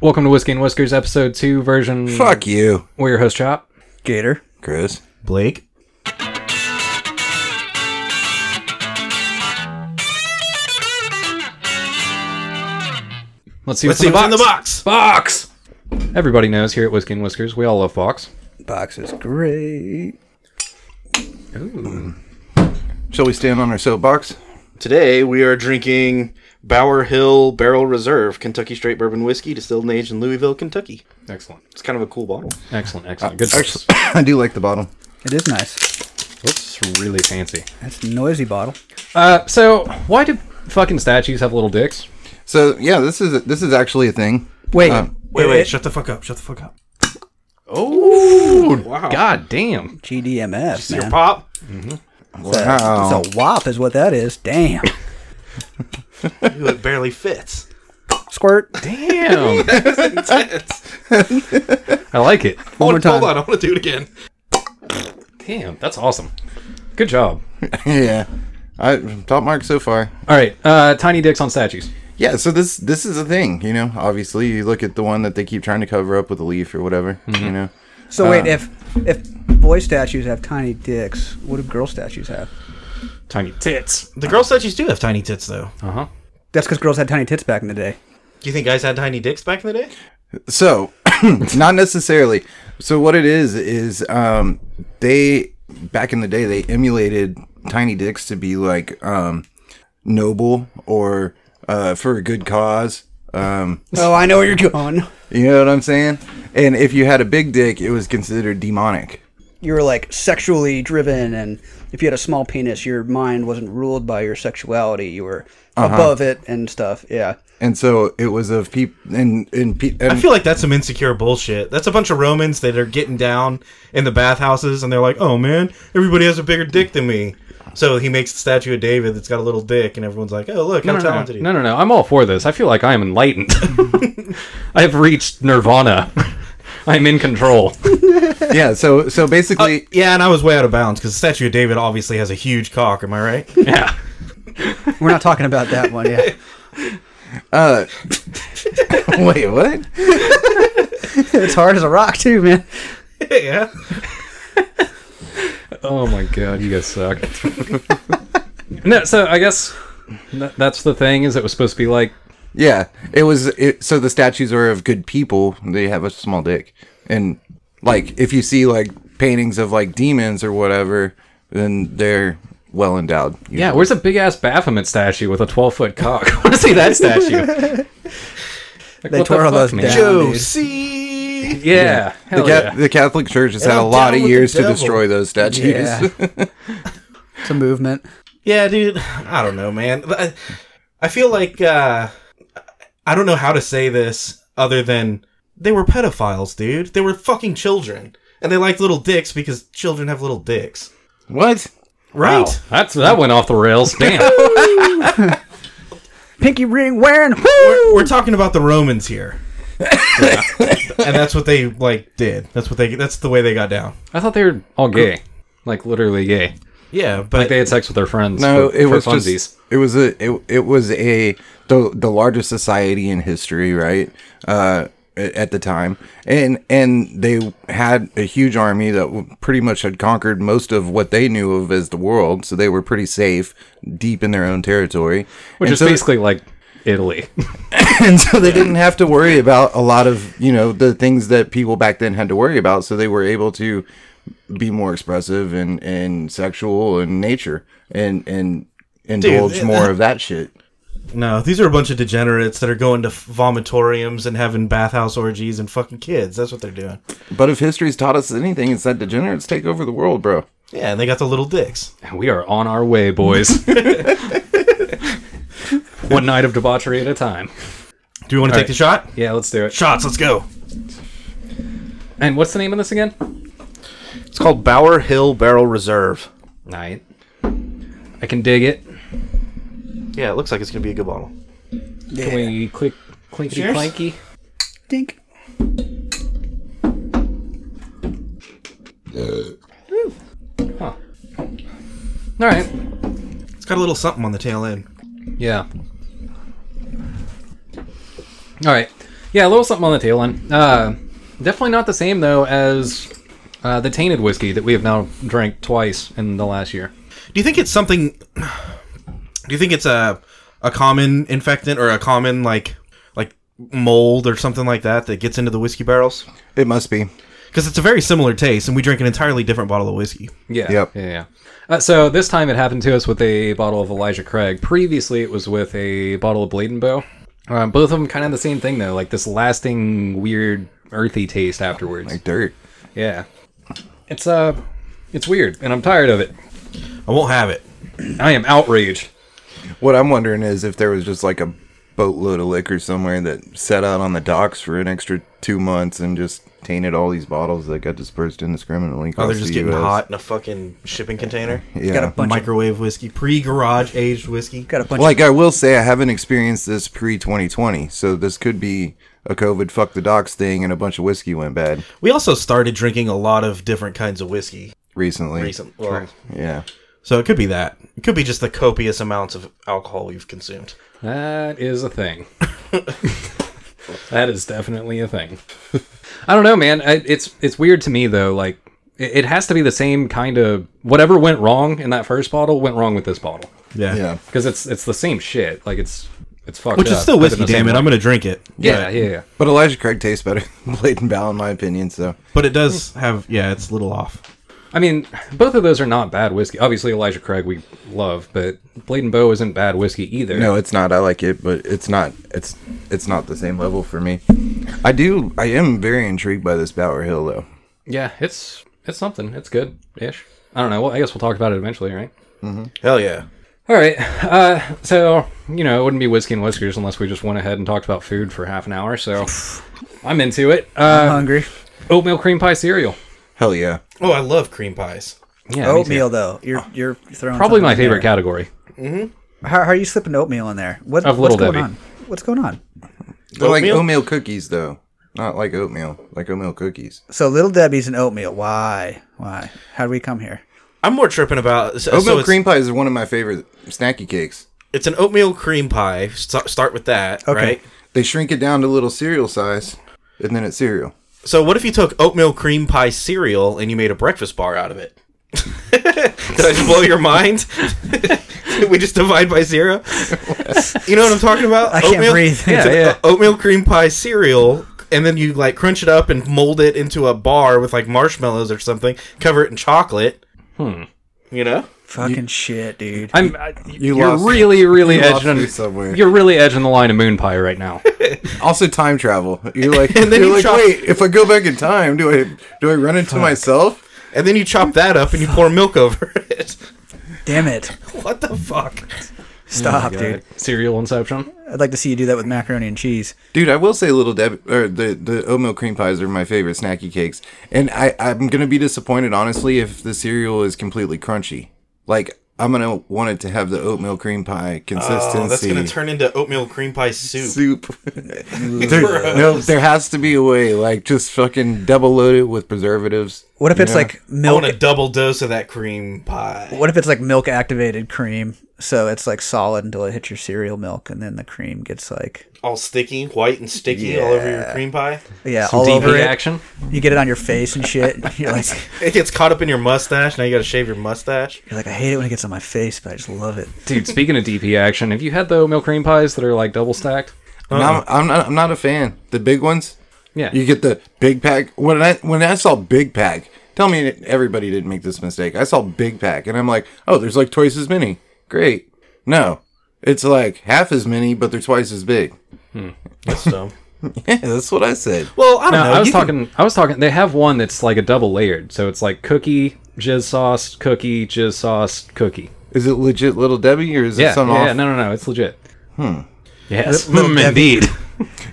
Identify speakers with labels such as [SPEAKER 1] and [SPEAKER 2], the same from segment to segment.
[SPEAKER 1] Welcome to Whiskey and Whiskers, episode two, version.
[SPEAKER 2] Fuck you,
[SPEAKER 1] We're your host, Chop.
[SPEAKER 3] Gator.
[SPEAKER 2] Chris.
[SPEAKER 3] Blake.
[SPEAKER 1] Let's see
[SPEAKER 4] Let's
[SPEAKER 1] what's
[SPEAKER 4] see
[SPEAKER 1] in the
[SPEAKER 4] what's in the
[SPEAKER 1] box.
[SPEAKER 4] box.
[SPEAKER 1] Fox. Everybody knows here at Whiskey and Whiskers, we all love Fox.
[SPEAKER 3] Box is great.
[SPEAKER 2] Shall we stand on our soapbox?
[SPEAKER 4] Today we are drinking Bower Hill Barrel Reserve Kentucky Straight Bourbon Whiskey, distilled and aged in Louisville, Kentucky.
[SPEAKER 1] Excellent,
[SPEAKER 4] It's kind of a cool bottle.
[SPEAKER 1] excellent, excellent.
[SPEAKER 4] Uh,
[SPEAKER 1] Good.
[SPEAKER 2] Actually,
[SPEAKER 1] Actually,
[SPEAKER 2] I do like the bottom.
[SPEAKER 3] It is nice.
[SPEAKER 1] it's really fancy.
[SPEAKER 3] That's a noisy bottle.
[SPEAKER 1] Uh, so why do fucking statues have little dicks?
[SPEAKER 2] So yeah, this is this is actually a thing.
[SPEAKER 3] Wait.
[SPEAKER 2] Um,
[SPEAKER 4] Wait,
[SPEAKER 3] it-
[SPEAKER 4] wait,
[SPEAKER 3] it-
[SPEAKER 4] shut the fuck up. Shut the fuck up.
[SPEAKER 1] Oh,
[SPEAKER 4] wow.
[SPEAKER 1] God damn.
[SPEAKER 3] GDMS, man.
[SPEAKER 4] pop.
[SPEAKER 2] Wow.
[SPEAKER 3] It's a wop is what that is. Damn.
[SPEAKER 4] It barely fits.
[SPEAKER 3] Squirt.
[SPEAKER 1] Damn.
[SPEAKER 4] Intense.
[SPEAKER 1] I like it.
[SPEAKER 3] One more
[SPEAKER 4] Hold-
[SPEAKER 3] time.
[SPEAKER 4] Hold on, I want to do it again.
[SPEAKER 1] Damn, that's awesome. Good job.
[SPEAKER 2] yeah, I top mark so far.
[SPEAKER 1] All right, uh, tiny dicks on statues.
[SPEAKER 2] Yeah, so this this is a thing, you know. Obviously, you look at the one that they keep trying to cover up with a leaf or whatever,
[SPEAKER 3] Mm-hmm.
[SPEAKER 2] you know.
[SPEAKER 3] So wait, if if boy statues have tiny dicks, what do girl statues have?
[SPEAKER 1] Tiny tits.
[SPEAKER 4] The girl statues do have tiny tits, though.
[SPEAKER 1] Uh huh.
[SPEAKER 3] That's because girls had tiny tits back in the day.
[SPEAKER 4] Do you think guys had tiny dicks back in the day?
[SPEAKER 2] So, not necessarily. So what it is is um they back in the day they emulated tiny dicks to be like um noble or uh for a good cause. Um
[SPEAKER 3] Oh, I know where you're going.
[SPEAKER 2] You know what I'm saying? And if you had a big dick, it was considered demonic.
[SPEAKER 3] You were like sexually driven, and if you had a small penis, your mind wasn't ruled by your sexuality. You were above it and stuff. Yeah.
[SPEAKER 2] And so it was of people and and, pe-
[SPEAKER 4] I
[SPEAKER 2] and
[SPEAKER 4] feel like that's some insecure bullshit. That's a bunch of Romans that are getting down in the bathhouses and they're like, oh man, everybody has a bigger dick than me. So he makes the statue of David that's got a little dick, and everyone's like, oh, look, how
[SPEAKER 1] No, no,
[SPEAKER 4] talented
[SPEAKER 1] no,
[SPEAKER 4] he
[SPEAKER 1] no, no, no. I'm all for this. I feel like I am enlightened. I have reached nirvana. I'm in control.
[SPEAKER 2] yeah, so so basically
[SPEAKER 4] Yeah, and I was way out of bounds because the statue of David obviously has a huge cock. Am I right?
[SPEAKER 1] Yeah.
[SPEAKER 3] We're not talking about that one. Yeah.
[SPEAKER 2] uh, wait, what?
[SPEAKER 3] it's hard as a rock too, man.
[SPEAKER 4] yeah.
[SPEAKER 1] Oh my god, you guys suck. no, so I guess tha- that's the thing is it was supposed to be like
[SPEAKER 2] Yeah. It was it, so the statues are of good people, they have a small dick. And like if you see like paintings of like demons or whatever, then they're well endowed.
[SPEAKER 1] yeah, where's a big ass Baphomet statue with a 12 foot cock? I want to see that statue. Like,
[SPEAKER 3] They
[SPEAKER 1] what
[SPEAKER 3] tore all
[SPEAKER 1] fuck,
[SPEAKER 3] those
[SPEAKER 1] man?
[SPEAKER 3] down.
[SPEAKER 4] Joe
[SPEAKER 3] dude.
[SPEAKER 4] C.
[SPEAKER 1] Yeah, hell
[SPEAKER 2] The, ca-
[SPEAKER 1] yeah.
[SPEAKER 2] the Catholic Church has had a
[SPEAKER 4] I'm
[SPEAKER 2] lot
[SPEAKER 4] down
[SPEAKER 2] of
[SPEAKER 4] with the
[SPEAKER 2] years to
[SPEAKER 4] devil.
[SPEAKER 2] destroy those statues.
[SPEAKER 3] Yeah. it's a movement.
[SPEAKER 4] Yeah, dude. I don't know, man. I, I feel like uh, I don't know how to say this other than they were pedophiles, dude. They were fucking children, and they liked little dicks because children have little dicks,
[SPEAKER 2] what?
[SPEAKER 4] right?
[SPEAKER 1] Wow, that's that went off the rails. Damn.
[SPEAKER 3] Pinky ring wearing. Woo!
[SPEAKER 4] We're, we're talking about the Romans here. and that's what they like did. That's what they. That's the way they got down.
[SPEAKER 1] I thought they were all gay, like literally gay.
[SPEAKER 4] Yeah, but
[SPEAKER 1] They had sex with their friends.
[SPEAKER 2] No,
[SPEAKER 1] for,
[SPEAKER 2] it
[SPEAKER 1] for
[SPEAKER 2] was
[SPEAKER 1] funsies.
[SPEAKER 2] just it was a it, it was a the the largest society in history, right? Uh, a- at the time, and and they had a huge army that w- pretty much had conquered most of what they knew of as the world, so they were pretty safe deep in their own territory,
[SPEAKER 1] which
[SPEAKER 2] And
[SPEAKER 1] is
[SPEAKER 2] so-
[SPEAKER 1] basically like Italy.
[SPEAKER 2] and so they didn't have to worry about a lot of you know the things that people back then had to worry about so they were able to be more expressive and and sexual in nature and and indulge
[SPEAKER 4] th-
[SPEAKER 2] more of that shit
[SPEAKER 4] No, these are a bunch of degenerates that are going to vomitoriums and having bathhouse orgies and fucking kids. That's what they're doing.
[SPEAKER 2] but if history's taught us anything it's that degenerates take over the world bro
[SPEAKER 4] Yeah, and they got the little dicks.
[SPEAKER 1] we are on our way, boys. One night of debauchery at a time.
[SPEAKER 4] Do you want to take
[SPEAKER 1] right.
[SPEAKER 4] the shot?
[SPEAKER 1] Yeah, let's do it.
[SPEAKER 4] Shots, let's go.
[SPEAKER 1] And what's the name of this again?
[SPEAKER 4] It's called Bower Hill Barrel Reserve.
[SPEAKER 1] Night. I can dig it.
[SPEAKER 4] Yeah, it looks like it's gonna be a good bottle.
[SPEAKER 1] Can we click clinky
[SPEAKER 4] Cheers.
[SPEAKER 1] clanky?
[SPEAKER 3] Dink.
[SPEAKER 1] All right.
[SPEAKER 4] It's got a little something on the tail end.
[SPEAKER 1] Yeah. All right. Yeah, a little something on the tail end. Uh, definitely not the same though as uh, the tainted whiskey that we have now drank twice in the last year.
[SPEAKER 4] Do you think it's something? Do you think it's a a common infectant or a common like like mold or something like that that gets into the whiskey barrels?
[SPEAKER 2] It must be.
[SPEAKER 4] Because it's a very similar taste, and we drink an entirely different bottle of whiskey.
[SPEAKER 1] Yeah.
[SPEAKER 2] Yep.
[SPEAKER 1] Yeah. yeah. Uh, so this time it happened to us with a bottle of Elijah Craig. Previously, it was with a bottle of Blade and Bow. Uh, both of them kind of the same thing though, like this lasting weird earthy taste afterwards.
[SPEAKER 2] Like dirt.
[SPEAKER 1] yeah. It's uh, it's weird, and I'm tired of it.
[SPEAKER 4] I won't have it.
[SPEAKER 1] I am outraged.
[SPEAKER 2] What I'm wondering is if there was just like a boatload of liquor somewhere that sat out on the docks for an extra two months and just tainted all these bottles that got dispersed indiscriminately.
[SPEAKER 4] Oh,
[SPEAKER 2] Across
[SPEAKER 4] they're just
[SPEAKER 2] the
[SPEAKER 4] getting
[SPEAKER 2] US.
[SPEAKER 4] hot in a fucking shipping container.
[SPEAKER 2] Yeah.
[SPEAKER 3] Got a bunch of
[SPEAKER 4] Microwave whiskey, pre-garage aged whiskey.
[SPEAKER 3] got a bunch
[SPEAKER 2] like I will say, I haven't experienced this pre 2020, so this could be a COVID fuck the docks thing, and a bunch of whiskey went bad
[SPEAKER 4] We also started drinking a lot of different kinds of whiskey
[SPEAKER 2] recently.
[SPEAKER 4] recently. Well,
[SPEAKER 2] Yeah,
[SPEAKER 4] so it could be that. It could be just the copious amounts of alcohol we've consumed.
[SPEAKER 1] That is a thing. that is definitely a thing. I don't know, man. I, it's it's weird to me though. Like it, it has to be the same kind of whatever went wrong in that first bottle went wrong with this bottle
[SPEAKER 4] Yeah.
[SPEAKER 2] yeah.
[SPEAKER 1] because it's it's the same shit. Like it's it's fucked.
[SPEAKER 4] Which
[SPEAKER 1] up,
[SPEAKER 4] is still
[SPEAKER 1] but in
[SPEAKER 4] whiskey,
[SPEAKER 1] the same
[SPEAKER 4] damn it.
[SPEAKER 1] way.
[SPEAKER 4] I'm going to drink it.
[SPEAKER 1] yeah,
[SPEAKER 4] But,
[SPEAKER 1] yeah, yeah.
[SPEAKER 2] But Elijah Craig tastes better than Blade and Bow, in my opinion. So
[SPEAKER 4] but it does have, yeah, it's a little off.
[SPEAKER 1] I mean, both of those are not bad whiskey. Obviously, Elijah Craig we love, but Blade and Bow isn't bad whiskey either.
[SPEAKER 2] no, it's not. I like it, but it's not. It's it's not the same level for me. I do. I am very intrigued by this Bower Hill, though.
[SPEAKER 1] Yeah, it's it's something. It's good ish. I don't know. Well, I guess we'll talk about it eventually, right?
[SPEAKER 4] Hell yeah.
[SPEAKER 1] All right. Uh, so, you know, it wouldn't be whiskey and whiskers unless we just went ahead and talked about food for half an hour. So I'm into it.
[SPEAKER 3] of
[SPEAKER 1] Uh,
[SPEAKER 3] hungry.
[SPEAKER 1] oatmeal cream pie cereal.
[SPEAKER 2] Hell yeah.
[SPEAKER 4] Oh, I love cream pies.
[SPEAKER 1] Yeah. me too.
[SPEAKER 3] Oatmeal though, you're you're throwing
[SPEAKER 1] Probably
[SPEAKER 3] something
[SPEAKER 1] my
[SPEAKER 3] in
[SPEAKER 1] favorite
[SPEAKER 3] there.
[SPEAKER 1] category.
[SPEAKER 3] How, how are you slipping oatmeal in there? What,
[SPEAKER 1] Of
[SPEAKER 3] what's
[SPEAKER 1] Little
[SPEAKER 3] going
[SPEAKER 1] Debbie.
[SPEAKER 3] on? What's going on?
[SPEAKER 2] They're like
[SPEAKER 4] Oatmeal?
[SPEAKER 2] oatmeal cookies, though. Not like oatmeal, like oatmeal cookies.
[SPEAKER 3] So little Debbie's and oatmeal. Why? Why? How do we come here?
[SPEAKER 4] I'm more tripping about so, so
[SPEAKER 2] Oatmeal
[SPEAKER 4] it's,
[SPEAKER 2] cream pies is one of my favorite snacky cakes.
[SPEAKER 4] It's an oatmeal cream pie. St- start with that, right?
[SPEAKER 2] They shrink it down to little cereal size, and then it's cereal.
[SPEAKER 4] So what if you took oatmeal cream pie cereal and you made a breakfast bar out of it? Did I just blow your mind? Did we just divide by zero? you know what I'm talking about?
[SPEAKER 3] I can't breathe.
[SPEAKER 4] It's
[SPEAKER 1] Yeah,
[SPEAKER 4] an
[SPEAKER 1] yeah.
[SPEAKER 4] o- oatmeal cream pie cereal, and then you like crunch it up and mold it into a bar with like marshmallows or something. Cover it in chocolate. Hmm. You know?
[SPEAKER 3] Fucking shit, dude.
[SPEAKER 1] I'm, I, you are
[SPEAKER 2] lost-
[SPEAKER 1] really, really
[SPEAKER 2] you lost
[SPEAKER 1] edging.
[SPEAKER 2] me somewhere.
[SPEAKER 1] You're really edging the line of moon pie right now.
[SPEAKER 2] Also, time travel. You're like,
[SPEAKER 4] And then
[SPEAKER 2] you're
[SPEAKER 4] you
[SPEAKER 2] like,
[SPEAKER 4] chop-
[SPEAKER 2] wait, if I go back in time, do I do I run into myself?
[SPEAKER 4] And then you chop that up and you pour milk over it.
[SPEAKER 3] Damn it.
[SPEAKER 1] Oh
[SPEAKER 4] what the fuck?
[SPEAKER 3] Stop, dude.
[SPEAKER 1] Cereal inception.
[SPEAKER 3] I'd like to see you do that with macaroni and cheese.
[SPEAKER 2] Dude, I will say little Deb or the the oatmeal cream pies are my favorite snacky cakes, and I I'm gonna be disappointed honestly if the cereal is completely crunchy. Like I'm gonna want it to have the oatmeal cream pie consistency.
[SPEAKER 4] Oh, that's gonna turn into oatmeal cream pie soup.
[SPEAKER 2] soup. there, no, there has to be a way. Like just fucking double load it with preservatives.
[SPEAKER 3] What if it's
[SPEAKER 2] Yeah.
[SPEAKER 3] like
[SPEAKER 4] I
[SPEAKER 3] milk?
[SPEAKER 4] want a double dose of that cream pie.
[SPEAKER 3] What if it's like milk activated cream? So it's like solid until it hits your cereal milk, and then the cream gets like
[SPEAKER 4] All sticky, white and sticky all over your cream pie.
[SPEAKER 3] yeah
[SPEAKER 1] Some
[SPEAKER 3] all over
[SPEAKER 1] DP
[SPEAKER 3] it.
[SPEAKER 1] action.
[SPEAKER 3] You get it on your face and shit. You're like
[SPEAKER 4] It gets caught up in your mustache. Now you gotta shave your mustache.
[SPEAKER 3] you're like I hate it when it gets on my face, but I just love it.
[SPEAKER 1] Dude, speaking of DP action, have you had the oatmeal cream pies that are like double stacked?
[SPEAKER 2] No,
[SPEAKER 4] Uh-uh.
[SPEAKER 2] I'm, I'm not. I'm not a fan. The big ones.
[SPEAKER 1] Yeah.
[SPEAKER 2] You get the big pack. When I when I saw big pack, tell me that everybody didn't make this mistake. I saw big pack, and I'm like, oh, there's like twice as many. Great. No, it's like half as many, but they're twice as big.
[SPEAKER 4] That's dumb.
[SPEAKER 2] Yeah, that's what I said.
[SPEAKER 4] well, I don't
[SPEAKER 1] No,
[SPEAKER 4] know.
[SPEAKER 1] I was
[SPEAKER 4] you can-
[SPEAKER 1] talking. I was talking. They have one that's like a double layered, so it's like cookie, jizz sauce, cookie, jizz sauce, cookie.
[SPEAKER 2] Is it legit, little Debbie, or is
[SPEAKER 1] Yeah,
[SPEAKER 2] it some
[SPEAKER 1] yeah,
[SPEAKER 2] off?
[SPEAKER 1] yeah, no, no, no, it's legit. Hmm. Yes,
[SPEAKER 3] Little
[SPEAKER 1] Hmm,
[SPEAKER 3] Debbie.
[SPEAKER 1] indeed.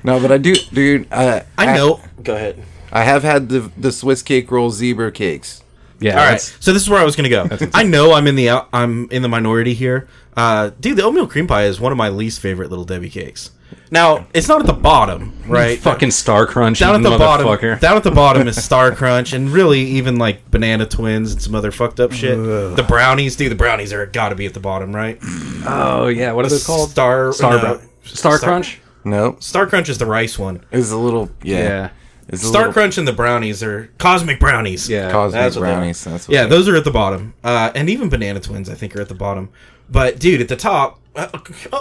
[SPEAKER 2] No, but I do, dude. Uh,
[SPEAKER 4] I know. Go ahead.
[SPEAKER 2] I have had the the Swiss cake roll zebra cakes.
[SPEAKER 1] Yeah,
[SPEAKER 4] All right.
[SPEAKER 1] that's-
[SPEAKER 4] So this is where I was gonna go. I know I'm in the out- I'm in the minority here. Uh, dude, the oatmeal cream pie is one of my least favorite little Debbie cakes. Now it's not at the bottom, right?
[SPEAKER 1] fucking Star Crunch,
[SPEAKER 4] down at the bottom.
[SPEAKER 1] motherfucker.
[SPEAKER 4] Down at the bottom is Star Crunch, and really even like Banana Twins and some other fucked up shit. The brownies, dude. The brownies are gotta be at the bottom, right?
[SPEAKER 1] oh yeah, what are those called?
[SPEAKER 4] Star
[SPEAKER 1] Star
[SPEAKER 4] no.
[SPEAKER 1] Brown- Star Crunch.
[SPEAKER 2] Nope.
[SPEAKER 4] Star Crunch is the rice one.
[SPEAKER 2] It's a little yeah.
[SPEAKER 1] Yeah.
[SPEAKER 2] It's a
[SPEAKER 4] Star
[SPEAKER 2] little
[SPEAKER 4] Crunch and the brownies are cosmic brownies.
[SPEAKER 1] Yeah.
[SPEAKER 2] cosmic
[SPEAKER 4] That's what they are.
[SPEAKER 2] brownies. That's what
[SPEAKER 4] Yeah,
[SPEAKER 2] they-
[SPEAKER 4] those are at the bottom. Uh, and even Banana Twins, I think, are at the bottom. But, dude, at the top, uh,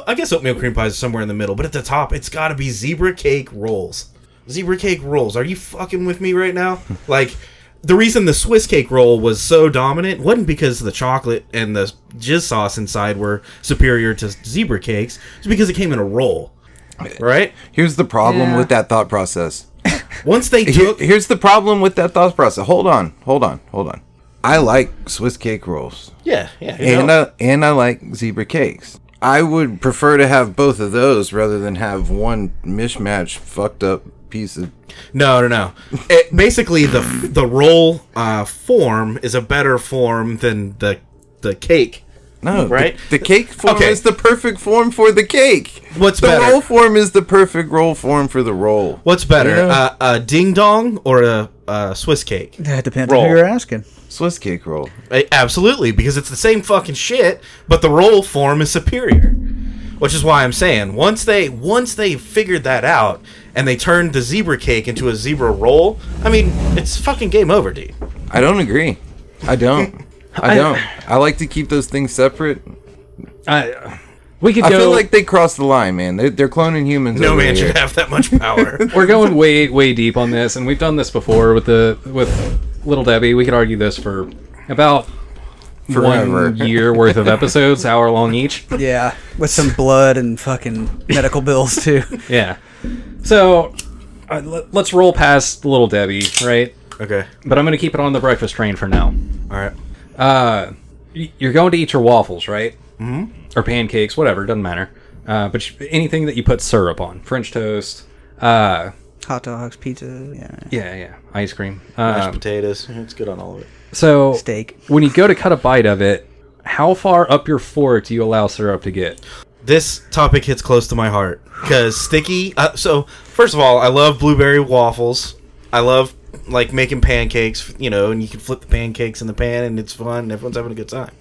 [SPEAKER 4] I guess oatmeal cream pie is somewhere in the middle, but at the top, it's got to be zebra cake rolls. Zebra cake rolls. Are you fucking with me right now? like, the reason the Swiss cake roll was so dominant wasn't because the chocolate and the jizz sauce inside were superior to zebra cakes. It's because it came in a roll. Right?
[SPEAKER 2] Here's the problem
[SPEAKER 1] Yeah.
[SPEAKER 2] with that thought process.
[SPEAKER 4] Once they
[SPEAKER 2] Here-
[SPEAKER 4] took.
[SPEAKER 2] here's the problem with that thought process. Hold on, hold on, hold on. I like Swiss cake rolls,
[SPEAKER 4] Yeah, yeah. you
[SPEAKER 2] and
[SPEAKER 4] know.
[SPEAKER 2] I, and I like zebra cakes. I would prefer to have both of those rather than have one mishmash fucked up piece of.
[SPEAKER 4] No, no, no. It, basically, the the roll uh, form is a better form than the the cake.
[SPEAKER 2] No, the-
[SPEAKER 4] Right?
[SPEAKER 2] The, cake form
[SPEAKER 4] Okay.
[SPEAKER 2] is the perfect form for the cake.
[SPEAKER 4] What's
[SPEAKER 2] the
[SPEAKER 4] better?
[SPEAKER 2] roll form is the perfect roll form for the roll.
[SPEAKER 4] What's better,
[SPEAKER 2] Yeah.
[SPEAKER 4] uh, a ding dong or a, a Swiss cake?
[SPEAKER 3] That depends
[SPEAKER 4] Roll.
[SPEAKER 3] on who you're asking.
[SPEAKER 2] Swiss cake roll.
[SPEAKER 4] Uh, Absolutely, because it's the same fucking shit, but the roll form is superior. Which is why I'm saying once they once they figured that out and they turned the zebra cake into a zebra roll, I mean it's fucking game over, dude.
[SPEAKER 2] I don't agree. I don't. I
[SPEAKER 1] I-
[SPEAKER 2] don't. I like to keep those things separate.
[SPEAKER 1] I, we could
[SPEAKER 2] I
[SPEAKER 1] go.
[SPEAKER 2] feel like they crossed the line, man. They're, they're cloning humans.
[SPEAKER 4] No
[SPEAKER 2] over
[SPEAKER 4] man
[SPEAKER 2] here.
[SPEAKER 4] should have that much power.
[SPEAKER 1] we're going way way deep on this and we've done this before with the with little debbie we could argue this for about
[SPEAKER 2] Forever.
[SPEAKER 1] one year worth of episodes hour long each
[SPEAKER 3] Yeah, with some blood and fucking medical bills too.
[SPEAKER 1] yeah so uh, let, let's roll past little debbie right
[SPEAKER 4] okay,
[SPEAKER 1] but i'm gonna keep it on the breakfast train for now
[SPEAKER 4] all right.
[SPEAKER 1] uh y- you're going to eat your waffles right mm-hmm. or pancakes whatever doesn't matter uh, but you- anything that you put syrup on french toast uh
[SPEAKER 3] Hot dogs, pizza, yeah,
[SPEAKER 1] yeah yeah ice cream
[SPEAKER 4] Mashed
[SPEAKER 1] um,
[SPEAKER 4] potatoes. It's good on all of it.
[SPEAKER 1] So
[SPEAKER 3] Steak.
[SPEAKER 1] When you go to cut a bite of it, how far up your fork do you allow syrup to get?
[SPEAKER 4] this topic hits close to my heart because sticky. Uh, so first of all, I love blueberry waffles. I love like making pancakes, you know, and you can flip the pancakes in the pan, and it's fun. And everyone's having a good time.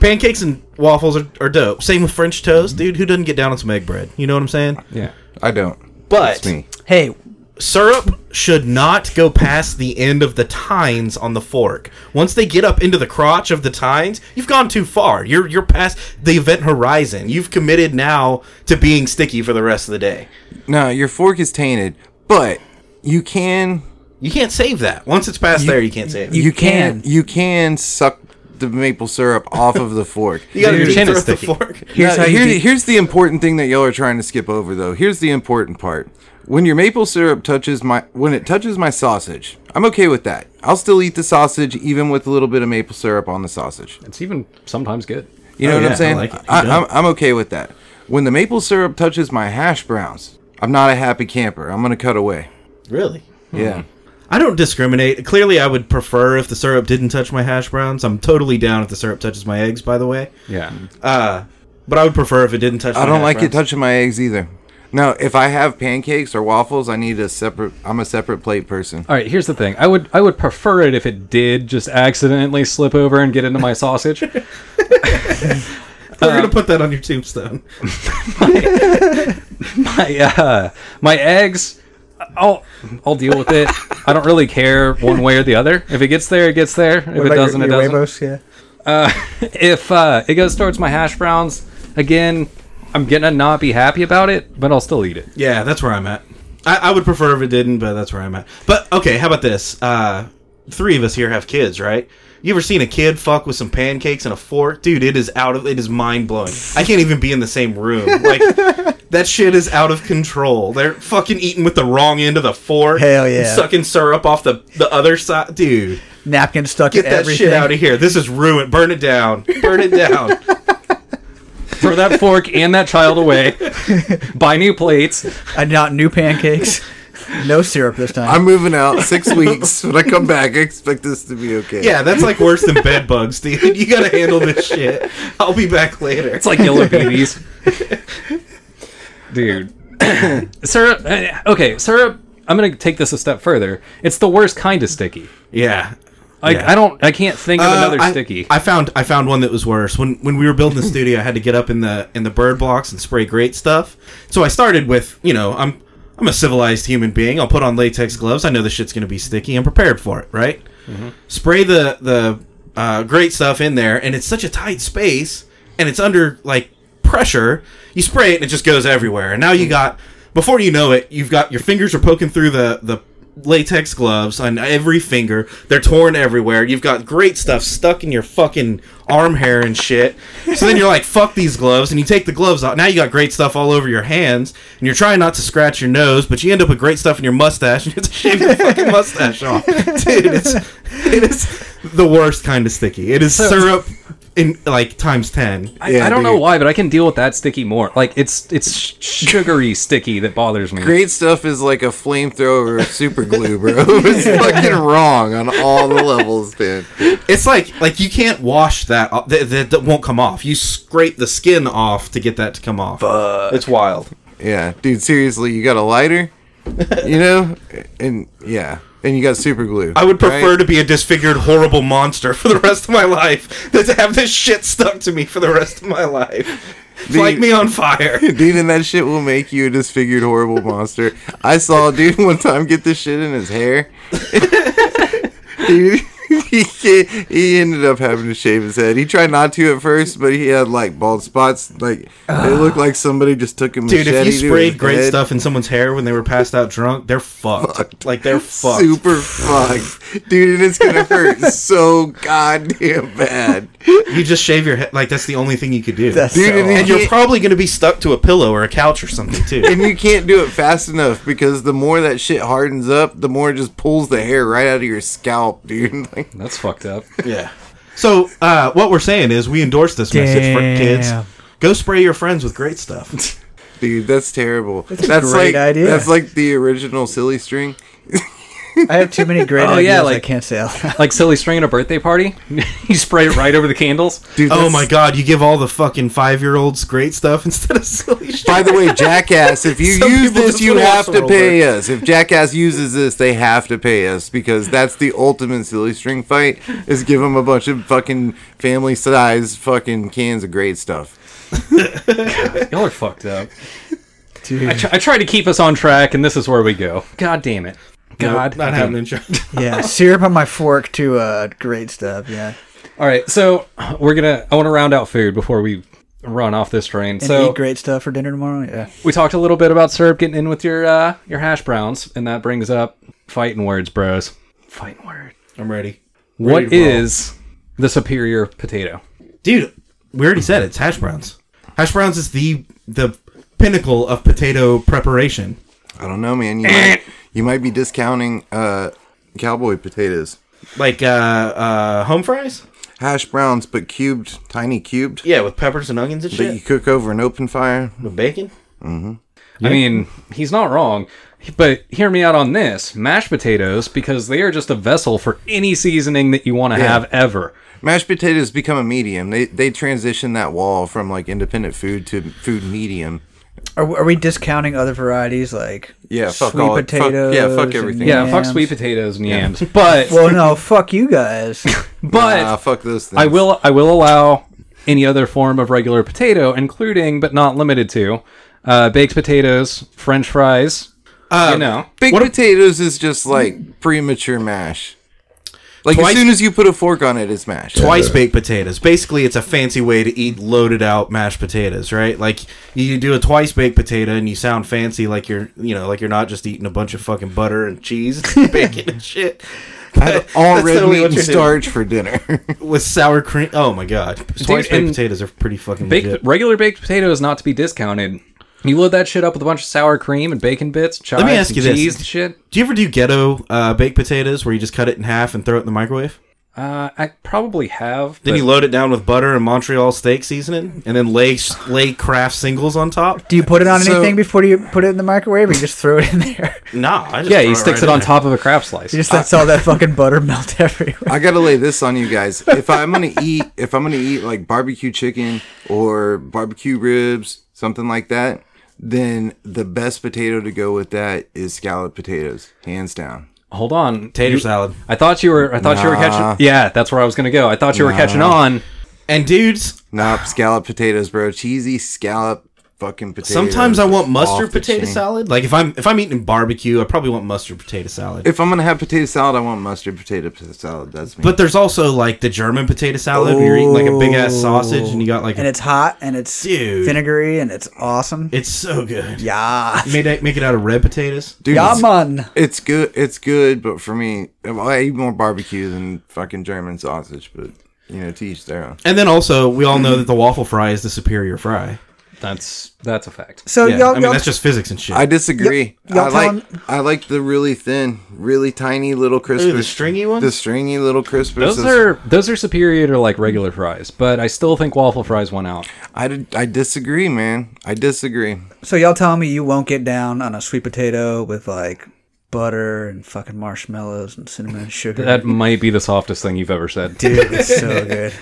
[SPEAKER 4] pancakes and waffles are, are dope. Same with French toast, dude. Who doesn't get down on some egg bread? You know what I'm saying?
[SPEAKER 1] Yeah.
[SPEAKER 2] I don't.
[SPEAKER 4] But
[SPEAKER 2] It's me.
[SPEAKER 3] Hey,
[SPEAKER 4] syrup should not go past the end of the tines on the fork. Once they get up into the crotch of the tines, you've gone too far. You're you're past the event horizon. You've committed now to being sticky for the rest of the day.
[SPEAKER 2] No, your fork is tainted, but you can
[SPEAKER 4] You can't save that. Once it's past there, you can't save it.
[SPEAKER 2] you,
[SPEAKER 4] You,
[SPEAKER 2] can.
[SPEAKER 3] can.
[SPEAKER 2] you can suck the maple syrup off of the fork.
[SPEAKER 4] gotta
[SPEAKER 1] Your
[SPEAKER 4] do
[SPEAKER 1] chin
[SPEAKER 4] throw
[SPEAKER 1] is
[SPEAKER 4] the
[SPEAKER 1] sticky.
[SPEAKER 4] fork.
[SPEAKER 3] here's
[SPEAKER 2] Now,
[SPEAKER 3] how you
[SPEAKER 2] here-
[SPEAKER 3] do.
[SPEAKER 2] here's the important thing that y'all are trying to skip over, though. Here's the important part. When your maple syrup touches my when it touches my sausage, I'm okay with that. I'll still eat the sausage even with a little bit of maple syrup on the sausage.
[SPEAKER 1] It's even sometimes good.
[SPEAKER 2] You know what
[SPEAKER 4] Oh, yeah,
[SPEAKER 2] I'm
[SPEAKER 4] I
[SPEAKER 2] saying? I
[SPEAKER 4] like it. You don't.
[SPEAKER 2] I, am I'm okay with that. When the maple syrup touches my hash browns, I'm not a happy camper. I'm gonna cut away.
[SPEAKER 4] Really?
[SPEAKER 2] Yeah.
[SPEAKER 4] I don't discriminate. Clearly, I would prefer if the syrup didn't touch my hash browns. I'm totally down if the syrup touches my eggs. By the way,
[SPEAKER 1] Yeah.
[SPEAKER 4] uh, but I would prefer if it didn't touch.
[SPEAKER 2] I don't like
[SPEAKER 4] it
[SPEAKER 2] it touching my eggs either. No, if I have pancakes or waffles, I need a separate. I'm a separate plate person.
[SPEAKER 4] Uh,
[SPEAKER 1] All right, here's the thing. I would I would prefer it if it did just accidentally slip over and get into my sausage.
[SPEAKER 4] We're gonna put that on your tombstone.
[SPEAKER 1] my uh, my eggs I'll I'll deal with it. I don't really care one way or the other. If it gets there, it gets there. If it doesn't, it doesn't.
[SPEAKER 3] yeah.
[SPEAKER 1] if uh, it goes towards my hash browns, again, I'm gonna not be happy about it, but I'll still eat it.
[SPEAKER 4] Yeah, that's where I'm at. I, I would prefer if it didn't, but that's where I'm at. But okay, how about this? Uh, three of us here have kids, right? You ever seen a kid fuck with some pancakes and a fork? Dude, it is out of it is mind blowing. I can't even be in the same room. Like that shit is out of control. They're fucking eating with the wrong end of the fork.
[SPEAKER 3] Hell yeah.
[SPEAKER 4] Sucking syrup off the the other side. Dude,
[SPEAKER 3] Napkin stuck
[SPEAKER 4] get
[SPEAKER 3] in
[SPEAKER 4] that
[SPEAKER 3] everything.
[SPEAKER 4] shit out of here. This is ruined. Burn it down. Burn it down.
[SPEAKER 1] Throw that fork and that child away. Buy new plates.
[SPEAKER 3] I not new pancakes. no syrup this time.
[SPEAKER 2] I'm moving out six weeks. When I come back, I expect this to be okay.
[SPEAKER 4] Yeah, that's like worse than bed bugs, dude. You gotta handle this shit. I'll be back later.
[SPEAKER 1] It's like yellow babies. Dude. uh, syrup. Okay, syrup. I'm going to take this a step further. It's the worst kind of sticky.
[SPEAKER 4] Yeah.
[SPEAKER 1] Like
[SPEAKER 4] Yeah.
[SPEAKER 1] I don't, I can't think of
[SPEAKER 4] Uh,
[SPEAKER 1] another
[SPEAKER 4] I-
[SPEAKER 1] sticky.
[SPEAKER 4] I found I found one that was worse. When when we were building the studio, I had to get up in the in the bird blocks and spray great stuff. So I started with you know I'm I'm a civilized human being. I'll put on latex gloves. I know this shit's gonna be sticky. I'm prepared for it. Right? Spray the the uh, great stuff in there, and it's such a tight space, and it's under like pressure. You spray it, and it just goes everywhere. And now you got before you know it, you've got your fingers are poking through the the latex gloves on every finger. They're torn everywhere. You've got great stuff stuck in your fucking arm hair and shit. So then you're like, fuck these gloves, and you take the gloves off. Now you got great stuff all over your hands, and you're trying not to scratch your nose, but you end up with great stuff in your mustache, and you have to shave your fucking mustache off. Dude, it's, it is the worst kind of sticky. It is syrup in like times 10.
[SPEAKER 1] I,
[SPEAKER 2] Yeah,
[SPEAKER 1] I don't know
[SPEAKER 2] dude.
[SPEAKER 1] why, but I can deal with that sticky more. Like it's it's sh- sugary sticky that bothers me.
[SPEAKER 2] Great stuff is like a flamethrower of super glue, bro. It's fucking wrong on all the levels, dude.
[SPEAKER 4] It's like like you can't wash that off. That, that, that won't come off. You scrape the skin off to get that to come off. It's wild.
[SPEAKER 2] Yeah, dude. Seriously, you got a lighter, you know, and yeah, and you got super glue.
[SPEAKER 4] I would prefer to be a disfigured, horrible monster for the rest of my life than to have this shit stuck to me for the rest of my life.
[SPEAKER 2] The-
[SPEAKER 4] Light me on fire.
[SPEAKER 2] Dude, and that shit will make you a disfigured, horrible monster. I saw a dude one time get this shit in his hair. Dude, he, he ended up having to shave his head. He tried not to at first, but he had like bald spots. Like it looked like somebody just took a
[SPEAKER 4] Dude,
[SPEAKER 2] machete.
[SPEAKER 4] if you
[SPEAKER 2] to his
[SPEAKER 4] sprayed great
[SPEAKER 2] head.
[SPEAKER 4] stuff in someone's hair when they were passed out drunk, they're fucked. Like they're fucked.
[SPEAKER 2] super fucked, dude, and it's gonna hurt so goddamn bad.
[SPEAKER 4] You just shave your head. Like that's the only thing you could do.
[SPEAKER 3] That's
[SPEAKER 2] Dude,
[SPEAKER 3] so
[SPEAKER 2] and
[SPEAKER 3] awesome.
[SPEAKER 4] and you're probably going to be stuck to a pillow or a couch or something too.
[SPEAKER 2] and you can't do it fast enough because the more that shit hardens up, the more it just pulls the hair right out of your scalp, dude. Like,
[SPEAKER 1] That's fucked up.
[SPEAKER 4] yeah. So uh, what we're saying is we endorse this message for kids.
[SPEAKER 5] Damn.
[SPEAKER 4] Go spray your friends with great stuff.
[SPEAKER 2] dude, that's terrible. That's, like,
[SPEAKER 5] great idea.
[SPEAKER 2] That's like the original silly string.
[SPEAKER 5] I have too many great
[SPEAKER 1] Oh,
[SPEAKER 5] ideas
[SPEAKER 1] yeah,
[SPEAKER 5] I
[SPEAKER 1] like-
[SPEAKER 5] can't say out loud.
[SPEAKER 1] Like silly string at a birthday party, you spray it right over the candles.
[SPEAKER 2] Dude,
[SPEAKER 4] oh
[SPEAKER 2] that's-
[SPEAKER 4] my god, you give all the fucking five year olds great stuff instead of silly shit.
[SPEAKER 2] By the way, Jackass, if you
[SPEAKER 4] Some
[SPEAKER 2] use
[SPEAKER 4] people
[SPEAKER 2] this,
[SPEAKER 4] just
[SPEAKER 2] you
[SPEAKER 4] wanna
[SPEAKER 2] have
[SPEAKER 4] watch
[SPEAKER 2] to
[SPEAKER 4] the
[SPEAKER 2] pay us. If Jackass uses this, they have to pay us because that's the ultimate silly string fight. Is give them a bunch of fucking family size fucking cans of great stuff.
[SPEAKER 1] Y'all are fucked up.
[SPEAKER 5] Dude,
[SPEAKER 1] I, tr- I try to keep us on track, and this is where we go. God damn it. God.
[SPEAKER 4] Not
[SPEAKER 1] damn
[SPEAKER 4] happening, Chuck.
[SPEAKER 5] yeah, syrup on my fork to uh, great stuff. Yeah,
[SPEAKER 1] All right, so we're gonna. I want to round out food before we run off this train.
[SPEAKER 5] and
[SPEAKER 1] so
[SPEAKER 5] eat great stuff for dinner tomorrow. Yeah,
[SPEAKER 1] we talked a little bit about syrup getting in with your uh, your hash browns, and that brings up fighting words, bros. Fighting word.
[SPEAKER 4] I'm ready.
[SPEAKER 1] What
[SPEAKER 4] to roll.
[SPEAKER 1] is the superior potato?
[SPEAKER 4] Dude, we already said it's hash browns. Hash browns is the the pinnacle of potato preparation.
[SPEAKER 2] I don't know, man. You might, you might be discounting uh, cowboy potatoes.
[SPEAKER 4] Like uh uh home fries?
[SPEAKER 2] hash browns, but cubed, tiny cubed,
[SPEAKER 4] Yeah, with peppers and onions and
[SPEAKER 2] that you cook over an open fire.
[SPEAKER 4] With bacon?
[SPEAKER 1] I mean, he's not wrong, but hear me out on this: mashed potatoes, because they are just a vessel for any seasoning that you want to have ever.
[SPEAKER 2] Mashed potatoes become a medium. They they transition that wall from like independent food to food medium.
[SPEAKER 5] are, are we discounting other varieties like
[SPEAKER 2] Yeah, fuck
[SPEAKER 5] sweet
[SPEAKER 2] all- fuck- yeah, fuck
[SPEAKER 5] potatoes? and
[SPEAKER 2] everything.
[SPEAKER 1] Yeah, fuck
[SPEAKER 5] yams?
[SPEAKER 1] sweet potatoes and yams, but
[SPEAKER 5] Well, no, fuck you guys.
[SPEAKER 1] but
[SPEAKER 2] Ah, fuck those things.
[SPEAKER 1] I will I will allow any other form of regular potato, including but not limited to uh, baked potatoes, French fries.
[SPEAKER 4] Uh,
[SPEAKER 1] you know,
[SPEAKER 2] Baked potatoes is just like premature mash. Like
[SPEAKER 4] Twice-
[SPEAKER 2] as soon as you put a fork on it, it's mashed.
[SPEAKER 4] Twice baked potatoes. Basically, it's a fancy way to eat loaded out mashed potatoes, right? Like you do a twice baked potato and you sound fancy, like you're you know like you're not just eating a bunch of fucking butter and cheese, and bacon and shit.
[SPEAKER 2] I had all
[SPEAKER 4] That's
[SPEAKER 2] red
[SPEAKER 4] totally
[SPEAKER 2] meat
[SPEAKER 4] what
[SPEAKER 2] and
[SPEAKER 4] you're doing.
[SPEAKER 2] starch for dinner.
[SPEAKER 4] with sour cream. Oh my god, twice baked
[SPEAKER 1] and
[SPEAKER 4] potatoes are pretty fucking
[SPEAKER 1] baked
[SPEAKER 4] legit.
[SPEAKER 1] regular baked potatoes not to be discounted. You load that shit up with a bunch of sour cream and bacon bits, chives,
[SPEAKER 4] me ask
[SPEAKER 1] and
[SPEAKER 4] you this.
[SPEAKER 1] cheese, and shit.
[SPEAKER 4] Do you ever do ghetto uh, baked potatoes where you just cut it in half and throw it in the microwave?
[SPEAKER 1] Uh, I probably have.
[SPEAKER 4] Then
[SPEAKER 1] but-
[SPEAKER 4] you load it down with butter and Montreal steak seasoning, and then lay lay craft singles on top.
[SPEAKER 5] Do you put it on
[SPEAKER 2] So-
[SPEAKER 5] anything before you put it in the microwave, or you just throw it in there?
[SPEAKER 4] Nah, I just
[SPEAKER 1] yeah,
[SPEAKER 4] throw
[SPEAKER 1] he sticks
[SPEAKER 4] right
[SPEAKER 1] it on
[SPEAKER 4] in
[SPEAKER 1] top of a crab slice.
[SPEAKER 5] You just lets all that fucking butter melt everywhere.
[SPEAKER 2] I gotta lay this on you guys. If I'm gonna eat, if I'm gonna eat like barbecue chicken or barbecue ribs, something like that, then the best potato to go with that is scalloped potatoes, hands down.
[SPEAKER 1] Hold on.
[SPEAKER 4] Tater
[SPEAKER 1] You-
[SPEAKER 4] salad.
[SPEAKER 1] I thought you were. I thought you were
[SPEAKER 2] Nah.
[SPEAKER 1] catching. Yeah, that's where I was gonna go. I thought you were catching on.
[SPEAKER 4] And dudes,
[SPEAKER 2] Nope, scallop potatoes, bro. Cheesy scallop fucking potatoes.
[SPEAKER 4] sometimes I want
[SPEAKER 2] Off
[SPEAKER 4] mustard
[SPEAKER 2] the
[SPEAKER 4] potato
[SPEAKER 2] chain.
[SPEAKER 4] salad. Like if I'm if I'm eating barbecue, I probably want mustard potato salad.
[SPEAKER 2] If I'm gonna have potato salad, I want mustard potato p- salad. That's me.
[SPEAKER 4] but there's also like the German potato salad where you're eating like a big ass sausage and you got like
[SPEAKER 5] and
[SPEAKER 4] a,
[SPEAKER 5] it's hot and it's
[SPEAKER 4] Dude.
[SPEAKER 5] vinegary and it's awesome.
[SPEAKER 4] it's so good.
[SPEAKER 5] yeah,
[SPEAKER 4] Made it, make it out of red potatoes.
[SPEAKER 2] Dude,
[SPEAKER 5] yeah,
[SPEAKER 2] it's,
[SPEAKER 5] man.
[SPEAKER 2] it's good. It's good, but for me, well, I eat more barbecue than fucking German sausage. But you know, to each their own.
[SPEAKER 4] And then also we all know that the waffle fry is the superior fry.
[SPEAKER 1] That's that's a fact.
[SPEAKER 5] So
[SPEAKER 4] Yeah,
[SPEAKER 5] Oh, y'all,
[SPEAKER 4] I mean
[SPEAKER 5] y'all
[SPEAKER 4] that's just physics and shit.
[SPEAKER 2] I disagree.
[SPEAKER 5] y'all
[SPEAKER 2] I like
[SPEAKER 5] telling-
[SPEAKER 2] I like the really thin, really tiny little crispers.
[SPEAKER 4] Ooh, the stringy ones?
[SPEAKER 2] The stringy little crispers.
[SPEAKER 1] Those are those are superior to like regular fries, but I still think waffle fries won out.
[SPEAKER 2] I, did- I disagree, man. I disagree.
[SPEAKER 5] so y'all telling me you won't get down on a sweet potato with like butter and fucking marshmallows and cinnamon and sugar.
[SPEAKER 1] That might be the softest thing you've ever said.
[SPEAKER 5] Dude, it's so good.